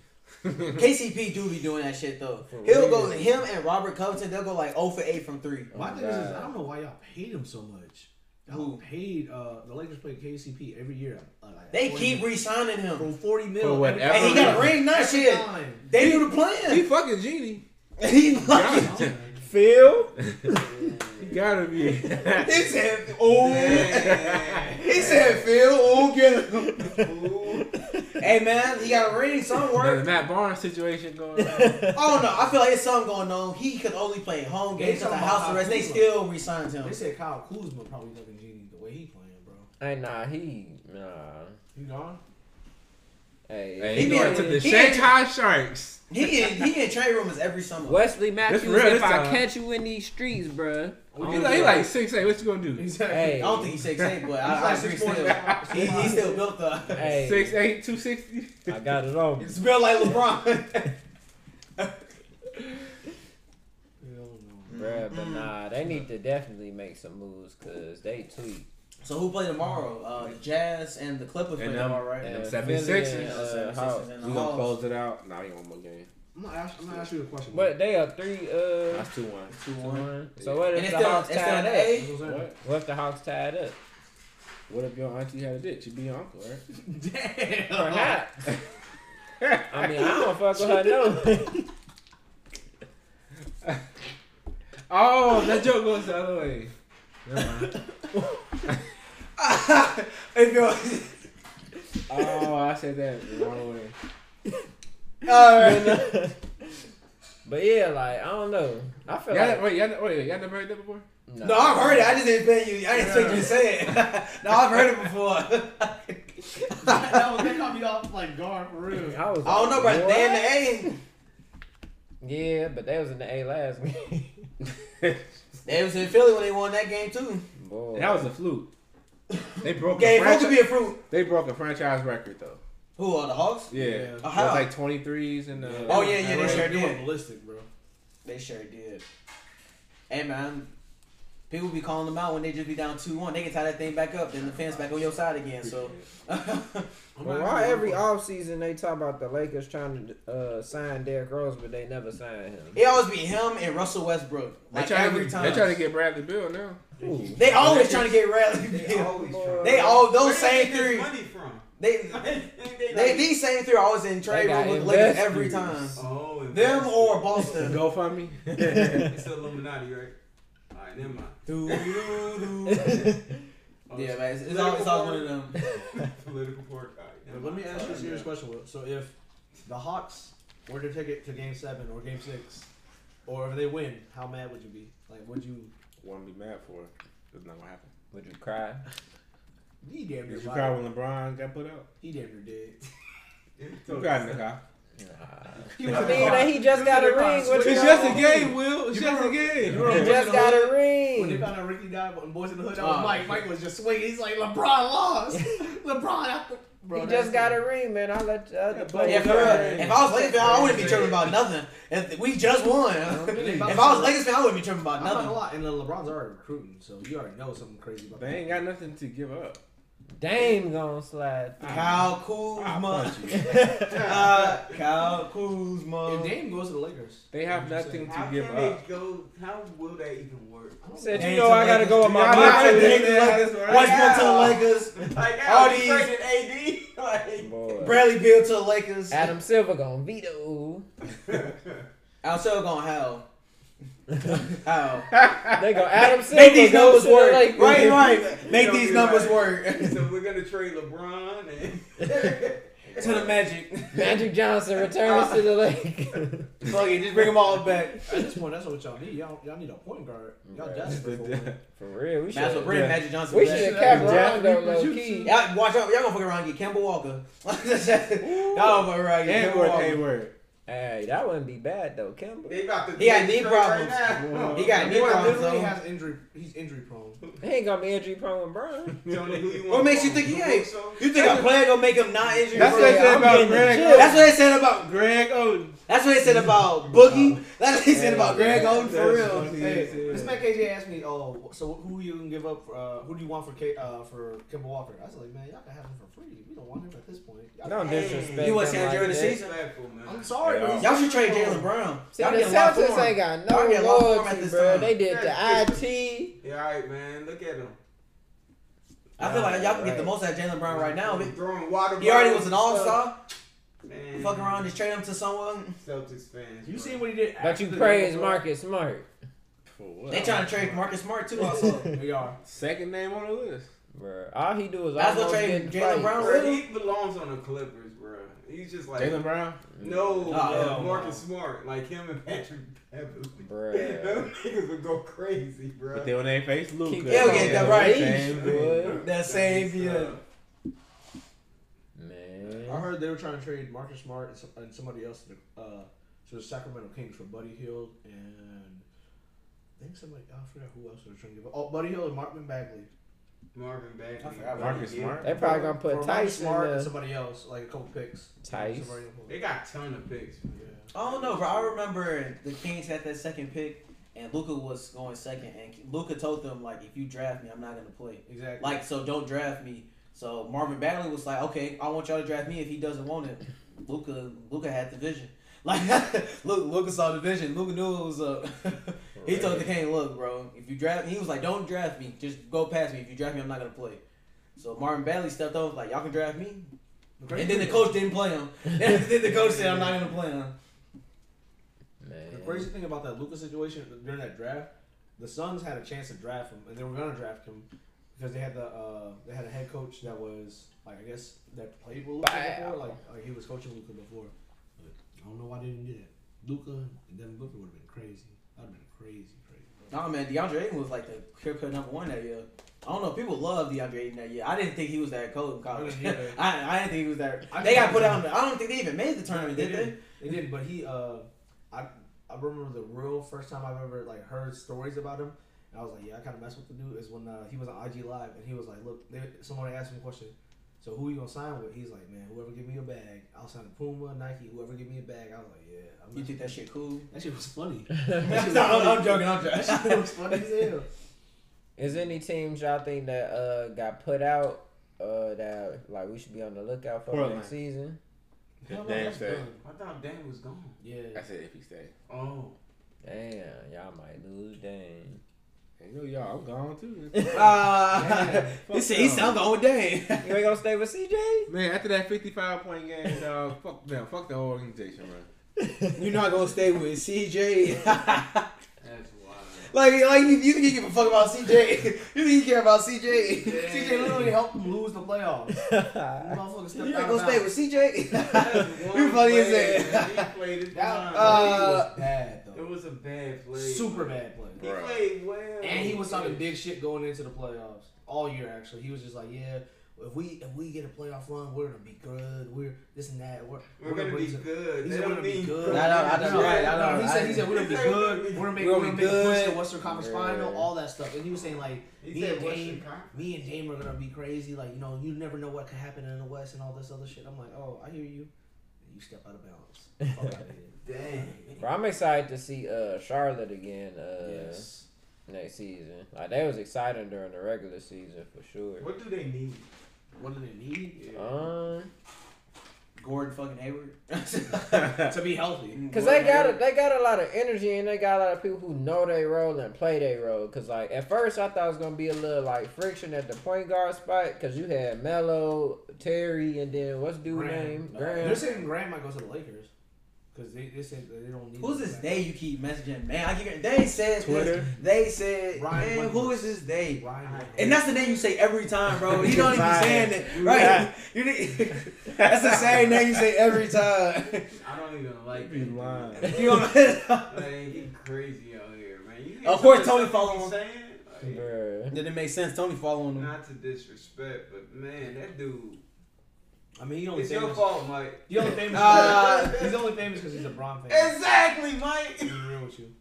S3: KCP do be doing that shit though.
S1: For
S3: He'll
S1: real.
S3: go him and Robert Covington. They'll go like 0 for 8 from three.
S5: [laughs] My thing
S1: God.
S5: is, I don't know why y'all paid him so much. Y'all
S3: Who?
S5: paid uh, the Lakers play KCP every year. uh, like
S3: They
S5: 40
S3: keep
S5: mil-
S3: re-signing him,
S5: from forty mil.
S2: For whatever
S5: every-
S3: and he got a
S2: reason.
S3: ring. Not
S5: Every
S3: shit. [laughs]
S5: time.
S3: They do the
S2: [laughs] he
S3: plan.
S2: fucking genie.
S3: [laughs] He like,
S2: Gotta,
S1: Phil.
S2: he gotta be.
S3: he
S2: [laughs]
S3: said, "Oh." [laughs] He said, "Phil, oh, get him."
S4: Ooh.
S3: Hey man, he got a ring
S2: the
S3: somewhere.
S2: Matt Barnes situation going on.
S3: Oh no, I feel like it's something going on. He could only play home
S5: They
S3: games at the
S5: talking
S3: house
S5: about
S3: arrest. They
S5: Kuzma.
S3: still re-signed him.
S5: They said Kyle Kuzma probably looking genie the way he playing, bro.
S1: Hey, nah, he nah.
S5: You [laughs] gone?
S1: Hey,
S2: Hey,
S3: He
S2: he
S3: be-
S2: going to the
S3: he-
S2: Shanghai Sharks.
S3: He in he in trade rumors every summer.
S1: Wesley Matthews.
S2: real this
S1: If I
S2: time.
S1: catch you in these streets, bruh. I
S2: He
S1: don't
S2: like, he
S1: give a-
S2: like six eight. What you gonna do?
S5: Exactly.
S1: Hey.
S3: I don't think he's six eight, but I, I
S5: He's
S3: agree
S5: like
S3: still. [laughs]
S5: 6'4".
S3: He, he still built up.
S1: Hey,
S2: Six eight two sixty.
S1: I
S2: [laughs]
S1: got it on.
S3: [laughs] It's built like LeBron.
S5: Hell no.
S1: Bruh, but nah, they need to definitely make some moves because they tweak.
S3: so who play tomorrow? Uh, the Jazz and the Clippers play
S2: And them-
S3: tomorrow, right?
S2: and-
S1: Uh,
S2: Seventy
S1: Philly
S2: six.
S1: and, uh, Hawks.
S2: We
S3: and the
S2: gonna
S3: Hawks.
S2: close it out. Nah, you want more game?
S5: I'm not ask- I'm not asking you a question.
S1: But they are three uh
S2: That's two one.
S1: two one. So what
S3: And
S1: if
S3: it's
S1: the
S3: still,
S1: Hawks
S3: it's still in
S1: tied
S3: the
S1: up?
S3: A.
S2: What?
S1: What if the Hawks tied up?
S2: What if your auntie had a ditch? You'd be your uncle, right?
S5: [laughs] Damn.
S1: Perhaps. I mean, I don't fuck with her no.
S2: [laughs] Oh, that joke goes the other way. Never mind.
S3: [laughs] if you're, [laughs]
S2: oh, I said that the wrong way.
S1: but yeah, like I don't know. I feel
S2: Y'all,
S1: like
S2: ne- wait, y'all, ne- wait, y'all never heard
S1: [laughs]
S2: that before?
S1: nah.
S3: no, I've heard it. I just didn't pay you. I didn't expect you to say it. [laughs] no, I've heard it before.
S5: [laughs]
S3: [laughs]
S5: that was that caught me off like guard for real.
S1: I was.
S3: I don't know,
S1: like,
S3: bro.
S1: what?
S3: They in the A.
S1: Yeah, but they was in the A last game.
S3: They was in Philly when they won that game too.
S1: [laughs] Boy,
S2: That was a fluke. They broke a
S3: Game who could
S2: franchise.
S3: be a fruit?
S2: They broke a franchise record though.
S3: Who are the Hawks?
S2: Yeah,
S5: Yeah.
S2: It was
S3: How?
S2: like twenty threes and uh,
S3: Oh, yeah, yeah, they
S5: They
S3: sure
S5: were doing
S3: did.
S5: ballistic, bro.
S3: They sure did. Hey man, people be calling them out when they just be down two one. They can tie that thing back up, then the fence back on your side again. So [laughs]
S5: I'm
S1: But
S5: not
S1: why
S5: asking you
S1: every
S5: a question.
S1: offseason they talk about the Lakers trying to uh, sign Derrick Rose, but they never sign him?
S3: it always be him and Russell Westbrook.
S2: They
S3: Like
S2: trying
S3: every
S2: to get,
S3: time.
S2: They trying to get Bradley Bill now.
S1: Ooh.
S3: They always trying to get
S2: [laughs]
S3: Bradley.
S4: They
S3: Beal.
S4: always try.
S3: They all
S4: Where
S3: those
S4: they
S3: same
S4: get this
S3: three.
S4: Money
S3: [laughs]
S4: from? [laughs]
S3: They
S4: they,
S3: they these same three are always in trade
S1: got
S3: room with the Lakers
S1: investors.
S3: every time.
S4: oh,
S3: Them or
S2: The [laughs]
S3: Boston.
S2: GoFundMe.
S4: [laughs] it's Illuminati, right? All right, never mind.
S3: Doo, doo, doo.
S4: [laughs]
S3: [laughs]
S4: Oh,
S3: Yeah, man, it's, it's always, it's always one of them.
S4: Political pork. All right, never
S5: But let me
S4: mind.
S5: ask you a serious
S4: Yeah.
S5: question. Will. So if the Hawks were to take it to Game Seven or Game Six, or if they win, how mad would you be? Like, would you?
S2: Wouldn't be mad for it. That's not gonna happen.
S1: Would you cry?
S5: He damn near
S2: Did you
S5: lied.
S2: cry when LeBron got put out?
S5: He damn near did. [laughs]
S2: You cried in the car.
S5: He
S1: I
S5: was
S1: mean, that he just got a ring. What you
S2: It's just a game, Will. It's just a game.
S5: remember-
S1: He just got a ring.
S5: When they found out Ricky died when Boys in the Hood, I was
S3: Oh,
S5: Mike. Mike was just swinging. He's like,
S1: [laughs]
S5: LeBron lost. [laughs] LeBron out the. Bro,
S1: he
S5: that's-
S1: just got a ring, man. I let the other
S2: but-
S1: players
S3: Yeah, for
S1: know
S3: real.
S1: that.
S3: If I was Lakers fan, I wouldn't be tripping about nothing. If we
S2: [laughs]
S3: just won, if I was Lakers fan, I wouldn't be tripping about
S5: I'm not gonna
S3: nothing.
S5: lie, and then LeBron's already recruiting, so you already know something crazy about
S2: They ain't got nothing to give
S3: [laughs]
S2: up.
S1: Dame gonna slide.
S3: Kyle
S2: I'll
S3: Kuzma,
S2: punch you.
S3: uh, Kyle
S5: If
S3: Kuzma.
S5: Dame goes to the Lakers,
S2: They have nothing
S4: How
S2: to
S4: can
S2: give up.
S4: they go? How will that even work? [laughs]
S1: Said
S3: Dame
S1: you
S3: to
S1: know I gotta
S3: Lakers.
S1: go with my
S2: [laughs] Y'all
S3: Westbrook
S2: not
S1: mindset.
S2: finna
S3: to the
S2: do that. That's
S3: Lakers.
S2: right.
S3: Westbrook to the Lakers.
S4: Yeah. Like
S3: All
S4: all
S3: these-
S4: these AD, [laughs] like
S2: Boy.
S3: Bradley Beal to the Lakers.
S1: Adam Silver gonna veto.
S3: I'm still gonna hell. hell.
S1: They go Adam Silver.
S3: Make these
S1: goes
S3: numbers
S1: to the
S3: work.
S1: Lakers.
S3: Right, right. [laughs] Make
S4: You
S3: these
S4: know,
S3: numbers
S4: right.
S3: work.
S4: so we're gonna trade LeBron and
S3: [laughs] to the Magic.
S1: Magic Johnson returns to the Lakers. [laughs]
S3: Fuck it, just bring them all back.
S5: at this point, that's what y'all need. Y'all, y'all need a point guard. Y'all
S1: Right.
S5: desperate for one.
S1: For real, we
S3: That's what
S1: should.
S3: bring
S2: Yeah.
S3: Magic Johnson.
S1: We
S3: back.
S1: should have
S2: Yeah.
S1: kept Rondo low key.
S3: Y'all watch out. Y'all gonna fuck around and get Kemba Walker. [laughs] y'all gonna fuck around and get
S2: And
S3: Kemba
S2: Gordon
S3: Walker.
S2: Hayward.
S1: Hey, that wouldn't be bad though, Kimba.
S4: [laughs] they about to.
S3: He got knee
S4: trade
S3: problems.
S4: Right now.
S3: He got knee
S5: Boy
S3: problems.
S5: literally
S3: though.
S5: has injury. He's injury prone.
S1: He ain't gonna be injury prone with
S3: [laughs]
S1: Brian.
S4: Tony, who you want
S3: What makes you
S4: from?
S3: think he
S4: Caruso?
S3: ain't? You think a player gonna make him not injured?
S2: That's what
S1: Yeah,
S2: they said
S1: I'm
S2: about
S1: getting the
S2: Greg.
S1: chills.
S2: Oden.
S3: That's what they said about.
S2: Greg Oden.
S3: That's what they said about Boogie. That's what they said about Greg Oden for real.
S5: Hey, this man KJ asked me, "Oh, so who you gonna give up? For, uh, who do you want for K, uh, for Kimball Walker?" I was like, "Man, y'all can have him for free. We don't want him at this point." Y'all-
S1: Don't disrespect.
S3: You want
S1: them
S3: San
S1: like
S3: during the
S1: that.
S3: season?
S4: Disrespectful, man.
S5: I'm sorry,
S2: Yeah.
S5: but he's
S3: Y'all should trade
S5: injury
S3: Jalen
S5: prone.
S3: Brown.
S1: See,
S3: Y'all
S1: the
S3: get a lot for
S1: Celtics ain't
S3: him.
S1: got
S3: Y'all get a
S1: no
S3: lot for him at
S1: loyalty,
S3: this
S1: bro.
S3: time.
S1: They did
S4: Yeah.
S1: the IT.
S4: Yeah, all right, man. Look at him.
S3: I feel like y'all can get the
S1: Right.
S3: most out of Jalen Brown right now.
S4: throwing water.
S3: He already was
S4: bottles
S3: an
S4: and
S3: all
S4: stuff.
S3: star.
S4: Man.
S3: Fuck around, just trade him to someone.
S4: Celtics fans.
S5: You
S4: bro.
S5: seen what he did?
S1: But
S5: after
S1: you
S5: the
S1: praise
S5: Kimball Walker?
S1: Marcus Smart.
S3: They trying to trade Marcus Smart too. Also,
S5: They are.
S2: Second name on the list.
S1: Bro, all he do is
S3: That's what
S1: almost
S3: trade
S1: get in
S3: Jaylen
S1: fights.
S3: Brown
S4: Bro, he belongs on the Clippers, bro. He's just like
S2: Jalen Brown.
S4: no,
S3: Oh,
S4: bro,
S3: no.
S4: Marcus Smart, like him and Patrick Beverly. [laughs]
S1: Bruh.
S4: Those niggas would go crazy, bro.
S2: But then when they face Luka,
S1: Keep
S3: Yeah,
S1: that
S3: we get that
S1: on
S3: right.
S1: the leash,
S2: Same thing.
S1: boy.
S3: that saved you.
S5: I
S1: Man.
S5: heard they were trying to trade Marcus Smart and, some, and somebody else to the, uh, to the Sacramento Kings for Buddy Hill and I think somebody I forgot who else they were trying to give up. Oh, Buddy Hill and Marvin Bagley.
S4: Marvin Bagley,
S3: I forgot about
S2: Marcus
S4: Yeah.
S2: Smart.
S1: They probably gonna
S5: For
S1: put
S5: Marcus
S1: Tyson
S5: Smart
S1: in
S5: and
S1: there.
S5: somebody else, like a couple picks.
S1: Tyson.
S5: Somebody else.
S4: They got a ton of picks. Man.
S5: Yeah.
S3: I don't know, bro. I remember the Kings had that second pick, and Luca was going second, and Luca told them like, if you draft me, I'm not gonna play.
S5: Exactly.
S3: Like, so don't draft me. So Marvin Bagley was like, okay, I want y'all to draft me if he doesn't want it. Luca, Luca had the vision. [laughs] Like, look, Luca saw the vision. Luca knew it was up. [laughs] he told the King, look, bro, if you draft, he was like, don't draft me. Just go past me. If you draft me, I'm not gonna play. So Marvin Bagley stepped up, like, y'all can draft me.
S5: crazy
S3: And then the
S5: thing-
S3: coach didn't play
S5: [laughs]
S3: him. [laughs] then the coach said, I'm not gonna play him.
S5: The
S1: Man.
S5: crazy thing about that Luca situation during that draft, the Suns had a chance to draft him, and they were gonna draft him because they had the uh, they had a head coach that was like I guess that played with Luca
S1: Bow.
S5: before, like, like he was coaching Luca before. But I don't know why they didn't do that. Luca and Devin Booker would have been crazy. That'd been crazy, crazy. bro.
S3: Nah, man, DeAndre Ayton was like the clear cut number one that year. I don't know. People love DeAndre Ayton that year. I didn't think he was that cold in college. I,
S5: I didn't either.
S3: [laughs] I, didn't think he was that.
S5: I
S3: they got
S5: didn't
S3: put
S5: either.
S3: out. in the- I don't think they even made the tournament,
S5: They
S3: did they?
S5: didn't. They did, but he uh, I I remember the real first time I've ever like heard stories about him. And I was like, yeah, I kind of messed with the dude. Is when uh, he was on IG Live and he was like, look, they, someone asked him a question. So who you gonna sign with? He's like, man, whoever give me a bag, I'll sign a Puma, Nike, whoever give me a bag. I was like, yeah, I'm
S3: You think that shit
S5: [laughs]
S3: cool?
S5: that shit was funny.
S3: No, I'm joking. I'm
S5: That shit was funny as hell.
S1: [laughs] Is any teams y'all think that uh got put out uh that like we should be on the lookout for
S2: Portland.
S1: next season?
S5: Hell no,
S2: Damn
S5: that's
S2: straight.
S5: done.
S4: I thought Dan was gone.
S5: Yeah,
S2: I
S5: [laughs]
S2: said if he stay.
S4: Oh,
S1: Damn, y'all might lose. Dang.
S2: And you know, y'all, I'm gone too.
S3: [laughs] Uh,
S2: Fuck
S3: he said he
S2: them.
S3: sounds the old day.
S1: You ain't gonna stay with CJ?
S2: Man, after that 55 point game, dog, fuck them. Fuck the whole organization, man.
S3: [laughs] You're not gonna stay with CJ. like,
S4: that's wild.
S3: [laughs] like you, you think you give a fuck about CJ? [laughs] You think you care about
S1: [laughs]
S3: CJ?
S5: CJ literally helped him lose the playoffs. Motherfucker stepped
S3: You're not
S5: out
S3: gonna
S5: of
S3: stay
S5: bounds.
S3: with CJ?
S4: That's
S3: [laughs] you
S4: one
S3: funny as
S4: play,
S1: [laughs]
S3: hell.
S4: man. He played it
S5: That-
S4: down.
S3: Uh,
S5: he was bad though.
S4: it was a bad play.
S5: Super bad play.
S4: He
S2: Bruh.
S4: played well.
S5: And he was talking big shit going into the playoffs. all year actually. He was just like, yeah, if we if we get a playoff run, we're gonna be good. We're this and that. We're
S4: We're gonna
S5: bring
S4: be
S5: some-
S4: good.
S5: He's
S4: They
S5: gonna
S4: don't
S5: be
S4: mean
S5: good.
S4: good.
S5: No,
S3: no, I just read- I
S5: No, he said he said we're gonna be
S4: They
S5: good.
S4: say
S5: We're gonna make
S1: we're
S5: we're
S1: gonna
S5: gonna
S1: be
S5: make a push to
S1: good.
S5: Western Conference
S2: Yeah.
S5: Final, all that stuff. And he was saying like
S4: He
S5: Me
S4: said
S5: and
S4: Western
S5: Dame-
S4: Conference.
S5: me and Dame are gonna be crazy. Like you know, you never know what could happen in the West and all this other shit. I'm like, oh, I hear you. You step out of bounds.
S1: [laughs]
S5: Fuck outta here.
S4: Dang.
S1: Bro, I'm excited to see uh Charlotte again uh
S5: Yes.
S1: next season. Like they was exciting during the regular season for sure.
S4: What do they need?
S3: What do they need?
S1: Um,
S3: [laughs] Gordon fucking
S5: [laughs]
S3: Hayward [laughs] to be healthy.
S1: cause they got a, they got a lot of energy and they got a lot of people who know their role and play their role. Cause like at first I thought it was gonna be a little like friction at the point guard spot. Cause you had Mello, Terry, and then what's dude
S5: Graham.
S1: name
S3: No,
S1: Graham.
S5: They're saying Grant might go to the Lakers because they, they said that they don't need.
S3: Who's
S5: him
S3: this
S5: back.
S3: day you keep messaging, man? I get they said
S1: Twitter.
S3: this. They said,
S5: Ryan
S3: man,
S5: Wentworth.
S3: who is this day?
S5: Ryan Wentworth.
S3: And that's the name you say every time, bro. You don't even
S1: Right.
S3: saying it,
S1: Right.
S2: [laughs]
S3: right? You need- [laughs] that's the same name you say every time. [laughs]
S4: I don't even like
S2: You be
S4: that dude. [laughs]
S2: lying.
S3: You know
S2: [laughs]
S3: what I'm saying?
S4: Man, he crazy out here, man. You hear
S3: Of course,
S4: some
S3: Tony
S4: of the stuff
S3: follow
S4: he
S3: him.
S4: saying? Like,
S1: Bruh.
S3: Didn't make sense. Tony following him.
S4: Not to disrespect, but man, that dude.
S5: I mean, he only
S4: It's your
S5: famous.
S4: fault, Mike.
S5: He's only famous.
S3: Nah.
S5: [laughs] he's only famous because he's a LeBron fan.
S4: Exactly, Mike.
S5: To be real with you.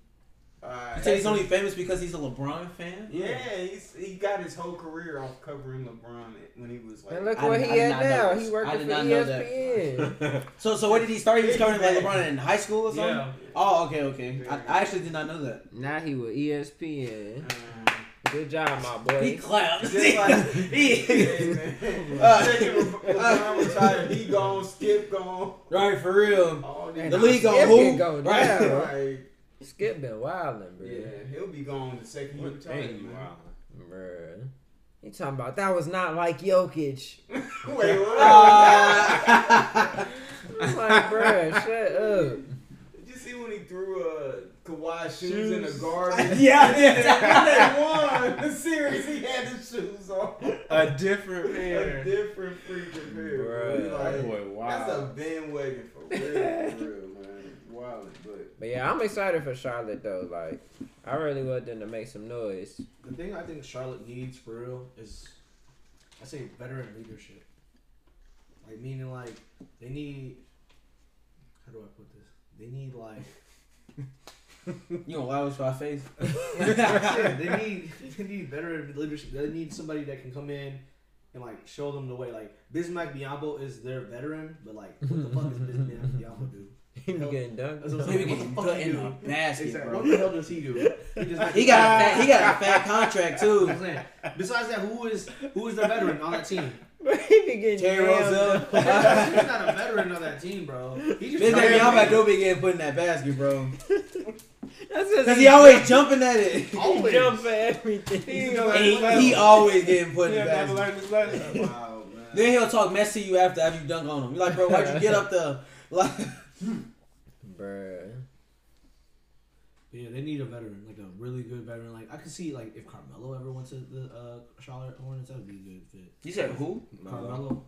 S4: Alright.
S3: You say he's only famous because he's a LeBron fan.
S4: Yeah, he's, he got his whole career off covering LeBron when he was like.
S1: And look
S3: I
S1: where
S3: did- I
S1: he
S3: did
S1: at
S3: not know
S1: now.
S3: this.
S1: He
S3: I
S1: working
S3: did
S1: for E
S3: not know that. [laughs]
S1: ESPN.
S3: So, so where did he start? He was covering like
S4: Yeah.
S3: LeBron in high school or something.
S5: Yeah.
S3: Oh, okay, okay. I, I actually did not know that.
S1: now he with E ESPN.
S4: Um,
S1: Good job, my
S3: He
S1: boy.
S3: [laughs] clapped.
S4: Just like-
S3: he,
S4: [laughs] yeah,
S3: [laughs]
S4: man.
S3: Uh,
S4: Second, LeBron retired. He gone, Skip gone.
S3: right for real.
S4: All
S1: Man,
S4: these.
S3: The league on
S1: Skip
S3: who?
S1: been going
S3: Right.
S1: down.
S3: [laughs]
S4: Like,
S1: Skip been wildin', bro.
S4: yeah, he'll be gone the second he retired. man. [laughs]
S1: Bruh. You talking about that was not like Jokic.
S4: Wait, what?
S3: Uh,
S1: I'm
S3: [laughs]
S1: like, bruh, shut up.
S4: [laughs] Did you see when he threw uh, Kawhi's shoes, in the
S2: [laughs]
S3: [laughs]
S4: garbage? [laughs]
S3: yeah, I
S4: And
S3: did.
S4: they won [laughs] the series. He had the shoes on.
S2: A different
S3: [laughs]
S2: pair.
S4: A different freaking pair.
S1: Bruh.
S4: bro.
S2: That
S4: Like,
S2: boy, Oh, wow.
S4: That's
S2: [laughs]
S4: a bandwagon for real, for real, man. Wild, but
S1: But yeah, I'm excited for Charlotte though. Like, I really want them to make some noise. [laughs]
S5: The thing I think Charlotte needs for real is, I say, veteran leadership. Like meaning like they need. How do I put this? They need like
S3: [laughs] You gonna lie with my
S4: [laughs]
S3: face?
S5: [laughs] Yeah, they need they need better leadership. They need somebody that can come in and like show them the way. Like Bismack Biombo is their veteran, but like what the fuck is [laughs] Bismack Biombo do?
S1: He be getting
S5: That's
S1: dunked. [laughs] on.
S5: what I'm saying.
S3: Maybe getting put in a basket,
S5: Exactly. What
S3: bro.
S5: the hell does he do?
S1: [laughs]
S5: He, just
S3: He got a fat, he got a fat contract too.
S5: [laughs] I'm saying. Besides that, who is who is the veteran on that team?
S1: he be getting
S3: Terry
S1: jammed.
S3: Rozelle. [laughs]
S5: He's not a veteran on that team, bro. He just
S3: This nigga Yama Adobe getting put in that basket, bro.
S1: That's just
S3: Cause he always jumping at it. [laughs]
S5: [laughs]
S1: he [laughs] jump for everything.
S2: He's never
S3: He,
S2: learned-
S3: he [laughs] always getting put
S2: he
S3: in the
S2: never
S3: basket.
S2: learned his lesson.
S4: wow,
S3: [laughs]
S4: man.
S3: Then he'll talk mess to you after after you dunk on him. You're like, bro, why'd you get up the [laughs] like?
S1: Bruh.
S5: Yeah, they need a veteran, like a really good veteran. Like I could see, like if Carmelo ever went to the uh, Charlotte Hornets, that would be a good fit.
S3: You said who?
S5: Carmelo.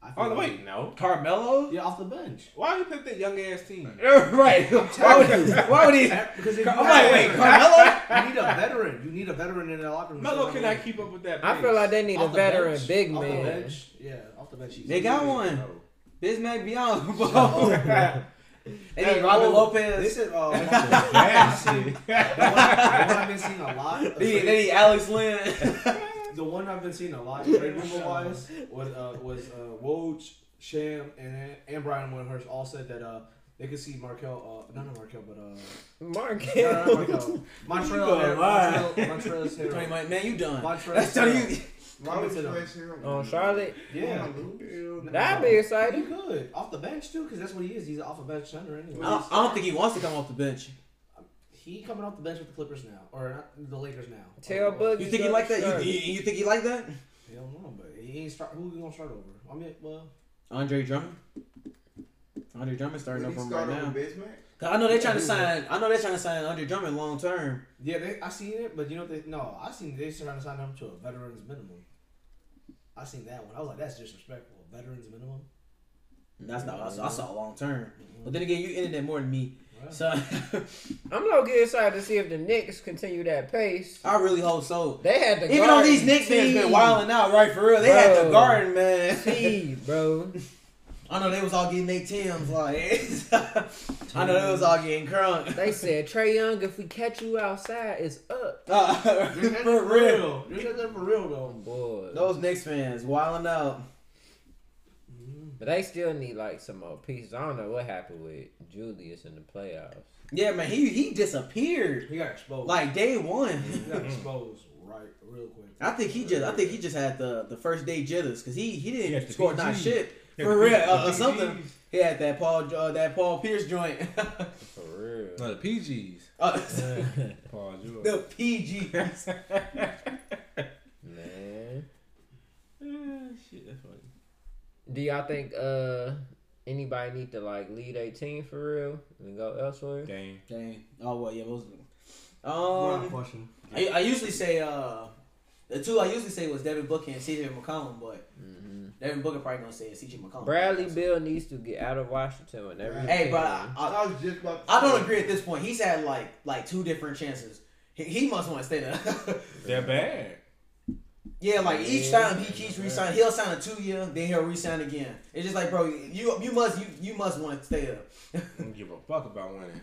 S5: I feel
S2: Oh
S5: like-
S2: wait, no.
S3: Carmelo?
S5: Yeah, off the bench.
S2: Why you pick that young ass team?
S3: [laughs] [laughs] right. Why would, why would he?
S5: Because if
S3: Car-
S5: you
S3: I'm like, [laughs] wait, Carmelo?
S5: you need a veteran. You need a veteran in the locker room.
S2: Melo
S5: Somebody
S2: cannot keep up with that.
S1: I
S2: pace.
S1: feel like they need
S5: off
S1: a
S5: the
S1: veteran
S5: bench.
S1: big
S5: off the
S1: man.
S5: bench. Yeah, off the bench. he's-
S3: They got one.
S2: No.
S3: Bismack Beyond, [laughs] bro. [laughs] They need
S2: Hey,
S3: Robin
S2: whoa.
S5: They
S3: Lopez.
S5: said, uh,
S3: [laughs]
S5: one,
S2: That shit.
S5: the one I've been seeing a
S3: [laughs]
S5: lot. of
S3: They need,
S5: trade-
S3: they need Alex Lynn. [laughs]
S5: the one I've been seeing a lot, trade rumor wise, was uh, was uh, Woj, Sham, and and Brian Windhurst all said that uh, they could see Markel, uh, not not Markel,
S3: [laughs]
S5: but uh,
S1: Mark.
S5: no, no, not Markel, Montreal,
S3: You gonna lie.
S5: Montreal, Montreal,
S3: Tony,
S5: Montreal,
S3: Mike, man, you done.
S5: Montreal,
S3: [laughs] That's Tony. You,
S4: Why
S5: Coming
S4: would
S5: to
S4: you
S5: them.
S4: press here?
S1: [laughs] On Charlotte.
S5: yeah.
S3: Oh,
S1: That'd be
S5: He
S1: exciting.
S5: could off the bench too, because that's what he is. He's an off the bench center anyway.
S3: I, don't, I don't think he wants to come off the bench.
S5: He coming off the bench with the Clippers now, or not, the Lakers now.
S1: Tell Boogie.
S3: You think he like that? You, you, you think he like that?
S5: Hell no, but he ain't start. Who we gonna start over? I mean, well,
S3: Andre Drummond. Andre Drummond starting
S4: Would
S3: up
S4: he
S3: from
S4: start
S3: right
S4: on
S3: now.
S4: Bismack?
S3: Cause I know they're trying to sign. I know they're trying to sign Andre Drummond long term.
S5: yeah, they, I seen it, but you know, they, no, I seen they trying to sign him to a veterans minimum. I seen that one. I was like, that's disrespectful. Veterans minimum. Mm-hmm.
S3: That's not. what I saw, I saw long term. But then again, you ended that more than me. So [laughs]
S1: I'm low key excited to see if the Knicks continue that pace.
S3: I really hope so.
S1: They had the
S3: Even
S1: guard.
S3: on these Knicks fans been wilding out, right? For real, they had the
S1: Bro.
S3: garden,
S1: [laughs]
S3: man.
S1: See,
S5: [laughs]
S1: bro.
S3: I know they was all getting their Tim's, like. [laughs] I know they was all getting crunk. [laughs]
S1: They said Trey Young, if we catch you outside, it's up. Oh,
S3: Uh, [laughs] for real.
S5: Just that for real though.
S1: Boy.
S3: Those Knicks fans wilding out.
S5: Mm-hmm.
S1: But they still need like some more pieces. I don't know what happened with Julius in the playoffs.
S3: Yeah, man, he he disappeared
S5: He got exposed.
S3: like day one.
S5: he got exposed right real quick.
S3: I think he just I think he just had the the first day jitters because he he
S2: He
S3: didn't
S2: had the
S3: score not
S2: PG.
S3: shit
S2: He had
S3: for
S2: the
S3: real
S2: PG.
S3: uh, or something. He had that Paul uh, that Paul Pierce joint. [laughs]
S1: For real.
S2: No, the PGs.
S3: Uh,
S2: Paul George.
S3: [laughs] the PG.
S1: [laughs] Man.
S2: shit, that's funny.
S1: Do y'all think uh anybody need to like lead a team for real and go elsewhere?
S2: Dang.
S3: Dang. Oh well, yeah, most of them.
S5: One
S3: Um,
S5: question.
S3: I, I usually say uh the two I usually say was Devin Booker and CJ McCollum, but
S1: hmm
S3: Devin Booker probably gonna say it's CJ McCollum.
S1: Bradley Bill needs to get out of Washington whenever. he
S3: Hey, bro, I,
S1: can.
S3: I,
S4: I was just about to
S3: I
S4: say.
S3: don't agree at this point. He's had like like two different chances. He, he must want to stay there. [laughs]
S2: They're bad.
S3: yeah, like each
S1: Yeah.
S3: time he keeps resigning, he'll sign a two year, then he'll resign again. It's just like, bro, you you must you you must want to stay there.
S2: I don't give a fuck about winning.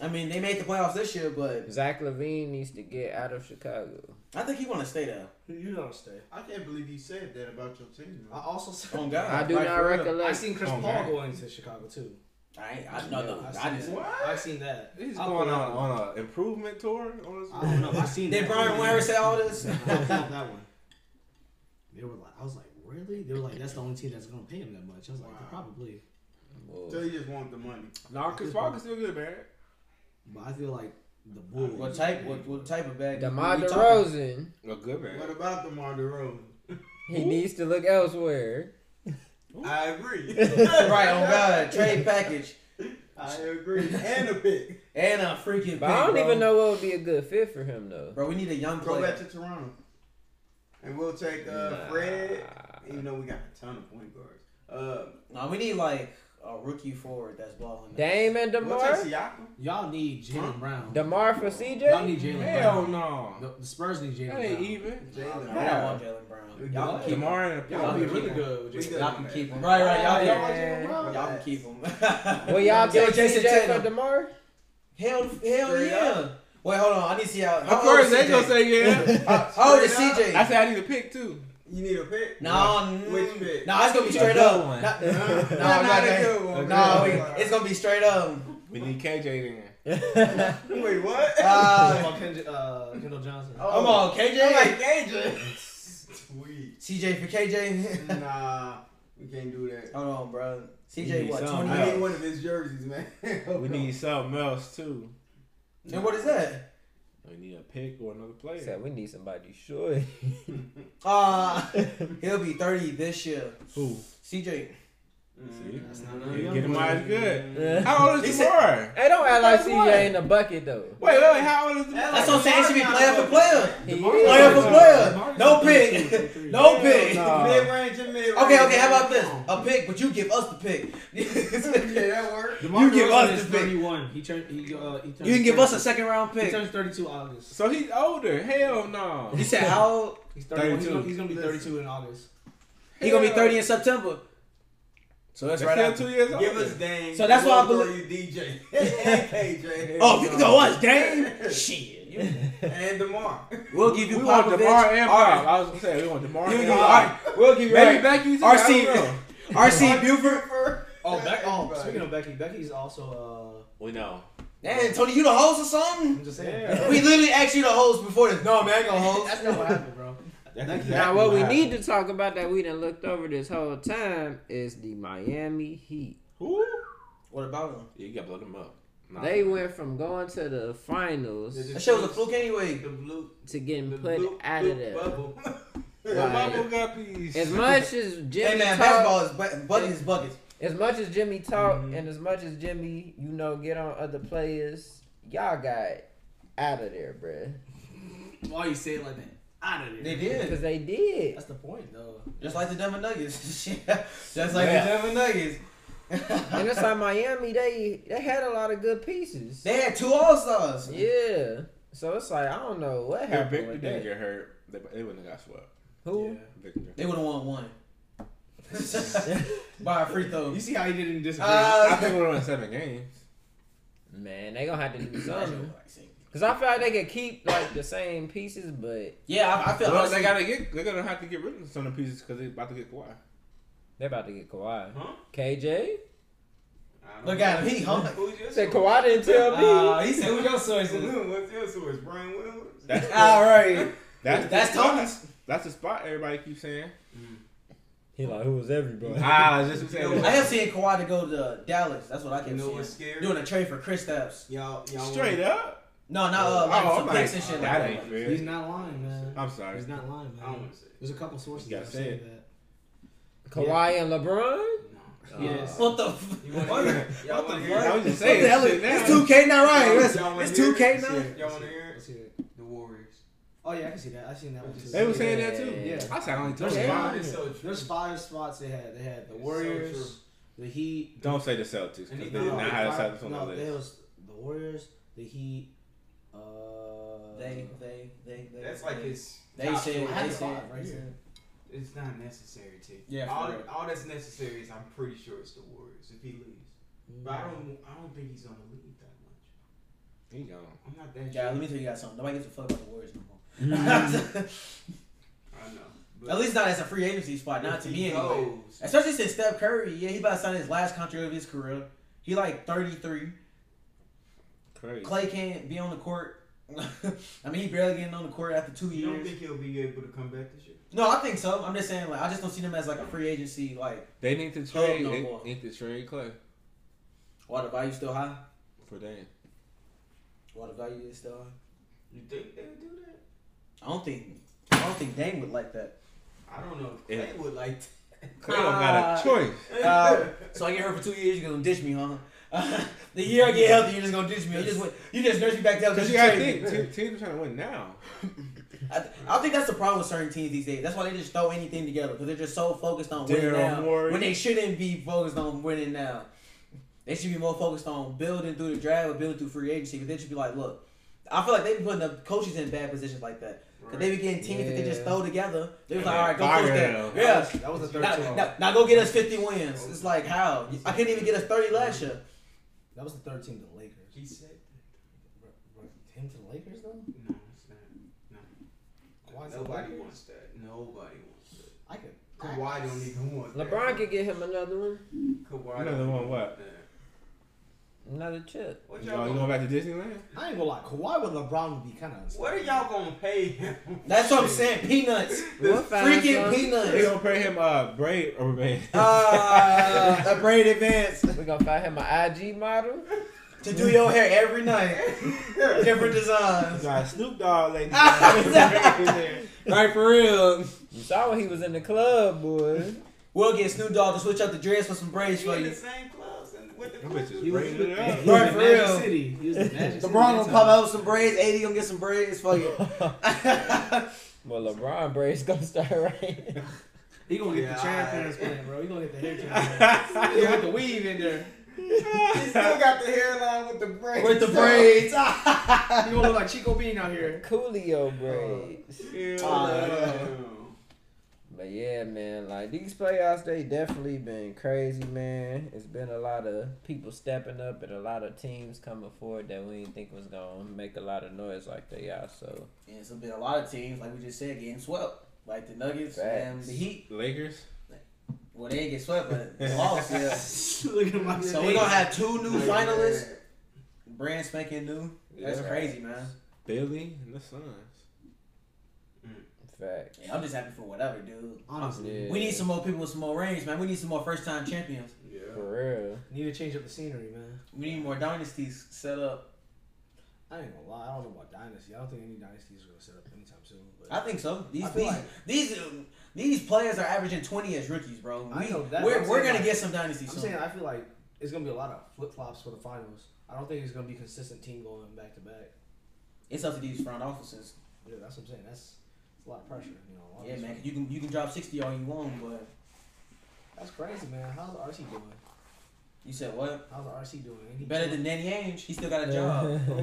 S3: I mean, they made the playoffs this year, but
S1: Zach Levine needs to get out of Chicago.
S3: I think he want to stay there.
S5: You don't stay.
S4: I can't believe you said that about your team.
S5: I also said,
S3: Oh God,
S1: I do
S3: Like,
S1: not
S3: for real.
S1: recollect.
S5: [laughs] I seen Chris
S2: Oh,
S5: Paul
S2: man.
S5: going to Chicago too.
S3: I ain't- I no no.
S5: I seen,
S3: I just
S5: that. I seen that.
S2: He's
S5: I
S2: going
S5: pulled
S2: on
S5: that one.
S2: on an improvement tour. On his
S5: I don't know. I seen
S3: did
S5: that.
S3: Brian Ware say all
S1: [laughs]
S3: this?
S5: [laughs] I pulled that one. They were like, I was like, really? They were like, that's the only team that's gonna pay him that much. I was like,
S4: Wow.
S5: probably.
S1: Whoa.
S4: So you just want the money.
S2: [laughs] Nah, Chris Paul can still get bad.
S5: But I feel like the Bulls.
S3: what type what, what type of bag?
S1: DeMar
S3: we talking?
S1: DeRozan,
S2: A good man.
S4: What about DeMar DeRozan?
S1: he needs to look elsewhere.
S4: I agree.
S3: [laughs] right? Oh God, trade package
S4: I agree. And a pick.
S3: and a freaking.
S1: But I
S3: [laughs] pick,
S1: don't
S3: bro.
S1: even know what would be a good fit for him though.
S3: Bro, we need a young
S4: Go
S3: player.
S4: back to Toronto. And we'll take uh,
S1: Nah.
S4: Fred. You know, we got a ton of point guards. Uh,
S3: No, we need like a rookie forward that's balling.
S1: Dame and
S4: we'll take
S1: DeMar?
S4: Siakam.
S5: Y'all need Jalen Brown.
S1: DeMar for
S5: Y'all
S1: CJ?
S5: need Jalen
S2: Hell
S5: Brown.
S2: no.
S5: The, the Spurs need Jalen
S2: That
S5: Brown.
S2: ain't even.
S4: Jalen.
S3: I don't want Jalen Brown. Y'all can keep him.
S2: Tomorrow in the
S5: [laughs] Y'all be
S2: playoffs.
S5: really good with
S4: We
S5: Jalen
S4: good.
S3: Y'all
S5: Brown.
S3: can keep him. Right, right. Y'all
S4: Y'all want
S3: can.
S4: Jalen Brown?
S3: Y'all can keep [laughs] him.
S1: Well, y'all
S3: Yo,
S1: take
S3: Jason
S1: CJ
S3: Tatum.
S1: for DeMar?
S3: Hell, hell
S4: Straight
S3: yeah. Wait, hold on. I need to see how.
S2: Of course, they gonna
S3: say.
S2: say
S3: [laughs]
S2: yeah.
S3: How old is
S4: Straight up.
S3: CJ?
S2: I said I need a pick too.
S4: You need a pick?
S3: No,
S4: Which
S3: mm,
S4: pick?
S3: No, it's gonna be
S2: A
S3: straight
S2: good
S3: up.
S2: one.
S3: [laughs] Nah,
S4: Nah,
S3: nah,
S4: not
S3: nah,
S4: a
S3: nah.
S4: good one.
S3: Nah,
S2: A
S3: we,
S2: good
S3: it's gonna be straight up.
S2: We need KJ then.
S4: Wait, what?
S5: What
S4: [laughs]
S3: Uh,
S5: about Ken- uh, Kendall Johnson.
S4: Oh.
S3: come on, KJ.
S4: I'm
S3: [laughs]
S4: like KJ. Sweet.
S3: CJ for KJ.
S4: Nah, we can't do that.
S3: [laughs] hold on, bro.
S2: You
S3: CJ,
S2: need
S3: what?
S2: something
S3: Twenty.
S2: else.
S4: I
S2: Yeah.
S4: need one of his jerseys, man.
S2: We need something else too.
S3: And what is that?
S2: We need a pick or another player.
S1: Said we need somebody short.
S3: Uh, [laughs] he'll be 30 this year. [laughs]
S2: Who?
S3: CJ.
S2: See?
S4: Mm.
S5: That's not another
S2: Yeah,
S5: young
S2: get him
S5: boy.
S2: out of good.
S1: hey,
S2: How old
S3: He
S2: is
S3: said-
S2: Jamar?
S1: don't act like
S2: That's what?
S1: CJ in the bucket though.
S2: Wait, wait, wait, how old is Jamar?
S3: That's what I'm saying. He should be player for player.
S1: He
S2: DeMar-
S1: is.
S3: Player for player.
S5: DeMar's
S3: No
S5: a
S3: pick.
S5: three.
S3: No pick.
S2: no.
S4: Mid-range and mid-range.
S3: [laughs] Okay, okay, how about this? A [laughs] pick, but you give us the pick. [laughs]
S4: Yeah, that worked.
S5: DeMar
S3: You give
S5: DeRozan
S3: us
S5: is
S3: the pick.
S5: 31. He turned. He, uh, he turned
S3: You can give us a
S5: 30.
S3: second round
S5: He
S3: pick.
S5: turns 32 August.
S2: So he's older. Hell no.
S3: You said how old?
S5: He's 31. He's
S2: 32.
S5: gonna- He's gonna be
S4: Listen.
S5: 32 in August.
S3: He gonna be
S2: Hell.
S3: 30 in September. So that's
S2: That's
S3: right
S2: still
S3: after.
S2: two years old.
S4: Give us Dame.
S3: So that's why I
S4: We'll
S3: believe-
S4: throw you [laughs] DJ. and KJ.
S3: Oh, if you can go us, [laughs] Dame. Shit. you-
S4: And [laughs] DeMar.
S3: We'll give
S2: We
S3: you
S2: want
S3: Popovich.
S2: Demar and
S3: All
S2: Pop.
S3: right.
S2: I was gonna say we want Demar
S3: We'll
S2: and
S3: give you- all
S2: Pop.
S3: right. We'll give you
S2: Maybe
S3: right.
S2: Becky too.
S3: RC.
S2: I don't know.
S3: RC Buford.
S5: Oh, Becky. Oh,
S4: Right.
S5: speaking of Becky, Becky's also.
S2: We know.
S3: Damn, Tony, you the host or
S5: Uh,
S3: something?
S5: I'm just
S2: Yeah.
S5: saying.
S3: We literally asked you to host before this. No, man, I ain't gonna host.
S5: [laughs] That's not what happened, bro.
S2: That's
S5: Now,
S2: exactly
S1: Now what we
S2: happened.
S1: need to talk about that we done looked over this whole time is the Miami Heat.
S2: Who?
S3: What about him?
S2: Yeah, you gotta blow them up. Nah.
S1: They went from going to the finals
S4: Did
S3: That shit was a fluke anyway.
S4: The blue.
S1: to getting
S4: The
S1: put
S4: blue,
S1: out
S4: blue
S1: of there.
S4: bubble.
S2: The
S1: Right.
S2: bubble guppies.
S1: As much as Jimmy
S3: [laughs] Hey man,
S1: talk-
S3: basketball is bu- bucket is buckets.
S1: as much as Jimmy talk
S3: Mm-hmm.
S2: Mhm.
S1: and as much as Jimmy, you know, get on other players, y'all got out of there, bruh.
S5: Why you say it like that? Out of
S3: They
S5: there.
S1: Because
S3: did.
S1: they did.
S5: That's the point, though.
S3: [laughs] Just like the Denver Nuggets. Just like
S2: Yeah.
S3: the Denver Nuggets.
S1: and it's like Miami, they they had a lot of good pieces.
S3: [laughs] They had two All Stars.
S1: yeah. So it's like I don't know what
S2: If
S1: happened
S2: Victor
S1: with
S2: didn't
S1: that.
S2: get hurt, they, they wouldn't have got swept.
S1: Who?
S2: Victor.
S3: They would have
S1: [laughs]
S3: won one. [laughs] By a free throw.
S2: You see how he didn't disagree?
S3: Uh,
S2: [laughs] I think we're on seven games.
S1: Man, they gonna have to
S3: [clears throat]
S1: do something. Cause I feel like they could keep like the same pieces, but
S3: Yeah, I, I feel
S2: Well,
S3: honestly,
S2: they gotta get. They're gonna have to get rid of some of the pieces because they're about to get Kawhi.
S1: they're about to get Kawhi.
S4: Huh?
S1: KJ?
S4: I don't
S3: Look
S4: know.
S3: at him. He hung.
S4: Who's your
S1: Said
S4: source?
S1: Kawhi didn't tell me.
S3: Uh, [laughs] he said, "Who your source is?"
S4: What's your source? Brian Williams?
S2: That's
S3: [laughs] All right.
S2: [laughs] that's
S3: That's
S2: the spot.
S3: Thomas.
S2: That's the spot everybody keeps [laughs] saying.
S1: he like, who was everybody?
S2: Ah, it's just who
S4: You
S3: [laughs]
S4: know
S3: I
S2: saying.
S4: what?
S3: am seeing Kawhi to go to Dallas. That's what I
S4: You
S3: kept
S4: know what's
S3: seeing.
S4: scary?
S3: Doing a trade for Chris Stapps.
S4: Y'all, y'all
S2: Straight up.
S3: No, not uh,
S2: Oh,
S3: like
S2: I'm
S3: some
S2: like,
S3: picks and shit like
S2: that
S3: that.
S2: ain't
S5: He's
S2: fair.
S5: not lying, man.
S2: I'm sorry.
S5: He's not lying,
S4: I don't
S3: Um,
S5: man.
S4: want to say. it.
S5: There's a couple sources
S2: You gotta
S5: that
S2: say
S5: say
S2: it.
S5: that.
S1: Kawhi and LeBron?
S3: Uh,
S4: No.
S5: Yes.
S3: What the? F-
S4: You
S3: what, what
S4: wanna hear it? Y'all wanna
S3: the
S4: hear it?
S2: I
S3: fuck?
S2: was just
S3: What
S2: saying.
S3: the hell
S2: shit
S3: is
S2: now.
S3: it's 2K now, right?
S4: Y'all-
S3: It's,
S4: y'all wanna
S3: it's
S4: hear it?
S3: 2K
S4: Let's
S3: now.
S4: hear it. Y'all want to hear
S5: Let's
S4: it?
S5: hear it.
S4: The Warriors.
S5: Oh yeah, I can see that. I seen that one too.
S2: They were saying that too.
S1: Yeah.
S2: I said I only told
S5: Yeah.
S2: you five.
S4: It's so true.
S5: There's five spots they had. They had the
S4: It's so
S5: Warriors,
S4: true.
S5: the Heat.
S2: Don't say the Celtics because
S4: And he
S2: they
S4: did.
S2: did not have the
S5: five-
S2: Celtics on
S5: no,
S2: the
S5: there
S2: list.
S5: was the Warriors, the Heat. Uh,
S3: They, they, they, they.
S4: That's like
S3: they,
S4: his.
S3: They
S4: top
S3: said-
S5: I
S4: choice.
S5: had
S3: they
S5: the
S3: said-
S5: five right
S3: they
S5: there.
S3: said-
S4: It's not necessary, T.
S3: Yeah, for
S4: All,
S3: real.
S4: all that's necessary is I'm pretty sure it's the Warriors if he leaves. But I don't. I don't think he's gonna leave that much.
S2: He gone.
S4: I'm not that.
S3: Yeah,
S4: sure.
S3: let me tell you guys something. Nobody gives a fuck about the Warriors no more.
S4: I know.
S3: [laughs]
S4: But
S3: At least not as a free agency spot. Not
S4: if
S3: to
S4: he
S3: me anyway.
S4: goes,
S3: Especially since Steph Curry, yeah, he about to sign his last contract of his career. He like 33.
S2: Crazy.
S3: Clay can't be on the court. [laughs] I mean, he barely getting on the court after two
S4: You don't
S3: years.
S4: think he'll be able to come back this year?
S3: No, I think so. I'm just saying, like, I just don't see them as like a free agency. Like,
S2: They need to trade.
S3: no
S2: they
S3: more.
S2: need to trade Clay
S3: why the value still high?
S2: for Dame.
S3: Why the value is still high?
S4: You think they'll do that?
S3: I don't think. I don't think Dame would like that.
S4: I don't know. if
S2: Yeah.
S4: Clay would like.
S2: Clay don't got
S3: Ah.
S2: a choice.
S3: [laughs] Uh,
S4: [laughs]
S3: so I get hurt for two years. You're gonna ditch me, huh? [laughs] the year I get healthy, you're just gonna ditch me. You just went, you just nurse me back down.
S2: Because you gotta think, te- teams are trying to win now.
S3: I, th- I think that's the problem with certain teams these days. That's why they just throw anything together because they're just so focused on winning
S2: Daryl
S3: now
S2: Morey.
S3: when they shouldn't be focused on winning now. They should be more focused on building through the draft or building through free agency. But they should be like, look, I feel like they be putting the coaches in bad positions like that. Cause they be getting teams that they just
S1: Yeah.
S3: throw together. They
S2: And
S3: was like, all right, go
S2: fire
S3: coach
S2: them.
S3: that.
S5: That
S3: Yeah.
S5: was, that was the third
S3: Now,
S5: team.
S3: now, now go get us 50 wins. It's like, how? I couldn't even get us 30 last year.
S5: That was the third team. The Lakers.
S4: He said.
S5: Bro, bro, Him to the Lakers though.
S4: No, it's not.
S5: Kawhi's the
S4: Nobody
S5: Lakers?
S4: wants that. Nobody wants that.
S5: I could. I-
S4: Kawhi don't even want that.
S1: LeBron could get him another one.
S4: Kawhi
S2: Another
S4: don't
S2: one
S4: even
S2: what?
S4: want that.
S1: Another chip.
S4: What
S2: You
S4: y'all
S2: all
S4: gonna,
S2: going back to [laughs] Disneyland?
S5: I ain't gonna lie. Kawhi with LeBron would be kind of.
S4: [laughs] What are y'all gonna pay him?
S3: That's what I'm
S4: [laughs]
S3: saying. Peanuts.
S1: We'll find
S3: Freaking
S1: some.
S2: They
S3: peanuts.
S2: gonna pay him uh braid or man.
S3: [laughs]
S2: [laughs]
S3: Uh, a braid advance.
S1: We're gonna find him an IG model.
S3: To do your hair every night. Different designs.
S2: Got Snoop Dogg
S3: [laughs]
S2: lady.
S3: Right, for real.
S1: You saw when he was in the club, boy.
S3: We'll get Snoop Dogg to switch up the dress for some braids
S4: He
S3: for
S4: in the
S3: you.
S4: same clubs and with the
S2: Them bitches
S4: Clippers.
S5: You
S2: braiding it up.
S5: [laughs] He was
S3: Right,
S5: in
S3: for
S5: Magic
S3: real.
S5: City. He was in Magic
S3: LeBron
S5: City.
S3: gonna
S5: that
S3: pop
S5: time.
S3: out with some braids. 80 gonna get some
S1: [laughs]
S3: braids for you.
S1: Well, LeBron braids gonna start right. [laughs]
S5: He gonna get
S4: Yeah,
S5: the chair
S4: I-
S5: transplant, bro. He gonna [laughs] get the hair transplant. He gonna get the weave in there.
S4: He still got the hairline with the [laughs]
S3: [laughs]
S4: braids.
S3: With the [laughs] braids.
S5: He gonna look like Chico Bean out here.
S1: Coolio braids.
S4: Damn.
S1: Oh. But yeah, man, like these playoffs, they definitely been crazy, man. It's been a lot of people stepping up and a lot of teams coming forward that we didn't think was gonna make a lot of noise like they are. So
S3: Yeah, so been a lot of teams, like we just said, getting swept. Like the Nuggets and
S1: Facts.
S3: the Heat.
S2: Lakers.
S3: Well, they didn't get swept, but they lost, yeah.
S5: look at him like
S3: So
S5: that.
S3: we're gonna have two new
S4: Like,
S3: finalists. Brand spanking new. That's
S2: Yeah.
S3: crazy, man.
S2: Billy and the Suns.
S1: fact.
S3: Yeah, I'm just happy for whatever, dude.
S5: Honestly,
S1: Yeah.
S3: We need some more people with some more range, man. We need some more first time champions.
S4: Yeah.
S1: For real.
S5: need to change up the scenery, man.
S3: We need more dynasties set up.
S5: I ain't gonna lie. I don't know about dynasty. I don't think any dynasties are gonna set up anytime soon. But
S3: I think so. These
S5: I feel
S3: these
S5: like-
S3: these these players are averaging 20 as rookies, bro.
S5: I
S3: We,
S5: know that.
S3: we're
S5: I'm
S3: we're
S5: saying,
S3: gonna
S5: like-
S3: get some dynasties
S5: I'm
S3: soon.
S5: saying I feel like it's gonna be a lot of flip flops for the finals. I don't think it's gonna be consistent team going back to back.
S3: It's up to these front offices.
S5: Yeah, that's what I'm saying. That's, that's a lot of pressure. You know, a lot
S3: Yeah,
S5: of
S3: man. You can you can drop 60 all you want, but
S5: That's crazy, man. How's RC doing?
S3: You said what?
S5: How's RC doing? And he-
S3: Better than Danny Ainge. He still got
S1: [laughs]
S3: a job. [laughs]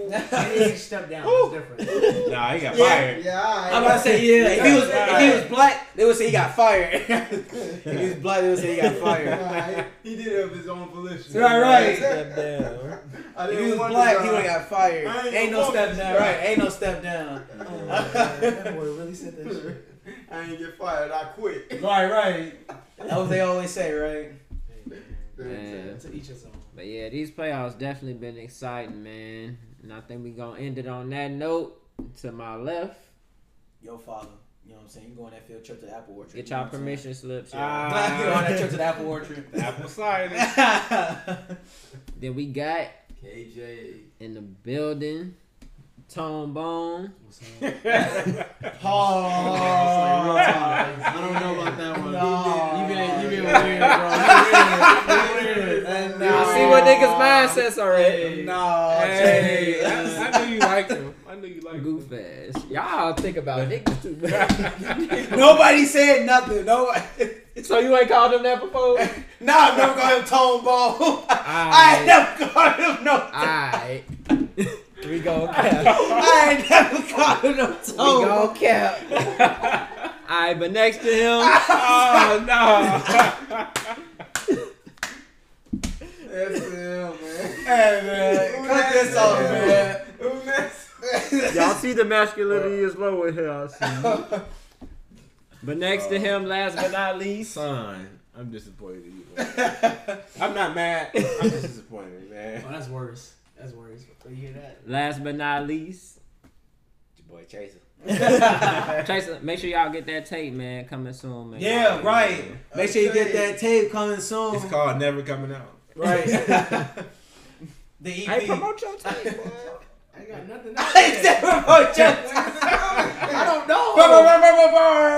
S4: Oh.
S5: Danny Ainge stepped down. It's different.
S2: Nah, he got
S4: Yeah,
S2: fired.
S4: yeah, all right.
S3: I'm about to say yeah. If he was if he was black, they would say he
S1: [laughs]
S3: got fired. if he was black, they would say he got
S4: All
S3: fired.
S4: [laughs] right. He did it of his own volition.
S3: Right, right.
S1: Step down.
S4: [laughs] I
S3: If
S4: didn't
S3: he was
S4: want
S3: black,
S4: to,
S3: he
S4: uh,
S3: would have got fired.
S4: I ain't
S3: Ain't,
S4: no
S3: no
S4: fuck
S3: step
S4: this
S3: down.
S4: guy.
S3: Right? Ain't no step down.
S5: that boy really said that shit.
S4: [laughs] I ain't get fired. I quit.
S3: [laughs] Right, right. That's what they always say, right?
S1: Man.
S5: To each his own.
S1: But yeah, these playoffs definitely been exciting, man. And I think we gonna end it on that note. To my left,
S3: Yo, father. You know what I'm saying? You go on that field trip to the Apple Orchard.
S1: get
S3: you know
S1: y'all
S3: what I'm saying?
S1: permission slips.
S2: Ah.
S1: y'all.
S3: Get on that trip to the Apple Orchard. [laughs]
S2: Apple [laughs] cider.
S1: Then we got
S4: KJ.
S1: in the building, Tone Bone.
S3: Oh.
S4: [laughs]
S3: Paul.
S4: I don't know about that one.
S3: No.
S4: He
S3: [laughs]
S4: did-
S3: You been- you been
S4: [laughs] did.
S3: weird, bro. You weird. You weird.
S4: Nah.
S1: I see what niggas' mindsets already.
S3: Nah,
S2: Hey,
S3: Jay.
S2: I, I knew you liked him. I knew you liked him.
S1: Goof ass. Y'all think about niggas too
S2: [laughs]
S1: much.
S3: Nobody said nothing. No,
S1: [laughs] so you ain't called him that before?
S3: nah, I've never called him Tone Ball. [laughs] I ain't never called him no.
S1: Alright. we gon' cap.
S3: [laughs] I ain't never called him no
S1: We
S3: Tone.
S1: gon' cap. Alright, but next to him,
S2: Oh no!
S4: That's him, man.
S3: Hey man, cut this off, man.
S4: Who next?
S1: y'all see the masculinity is low with him. I see. [laughs] But next to him, last but not least,
S2: Son, I'm disappointed in you. [laughs] I'm not mad. I'm just disappointed, man.
S5: Oh, that's worse. That's worse. You hear that?
S1: last but not least,
S2: It's your boy Chaser.
S5: [laughs]
S1: Chaser, make sure y'all get that tape, man. Coming soon, man.
S3: Yeah, right. Make sure you get that tape coming soon.
S2: It's called Never Coming Out.
S5: [laughs]
S3: Right. the E EP.
S1: Hey, promote your tape, boy.
S3: [laughs]
S5: I ain't got nothing.
S3: I ain't never promote your-
S4: I
S2: [laughs]
S4: [laughs]
S5: don't know.
S3: Brr, brr, brr, brr, brr.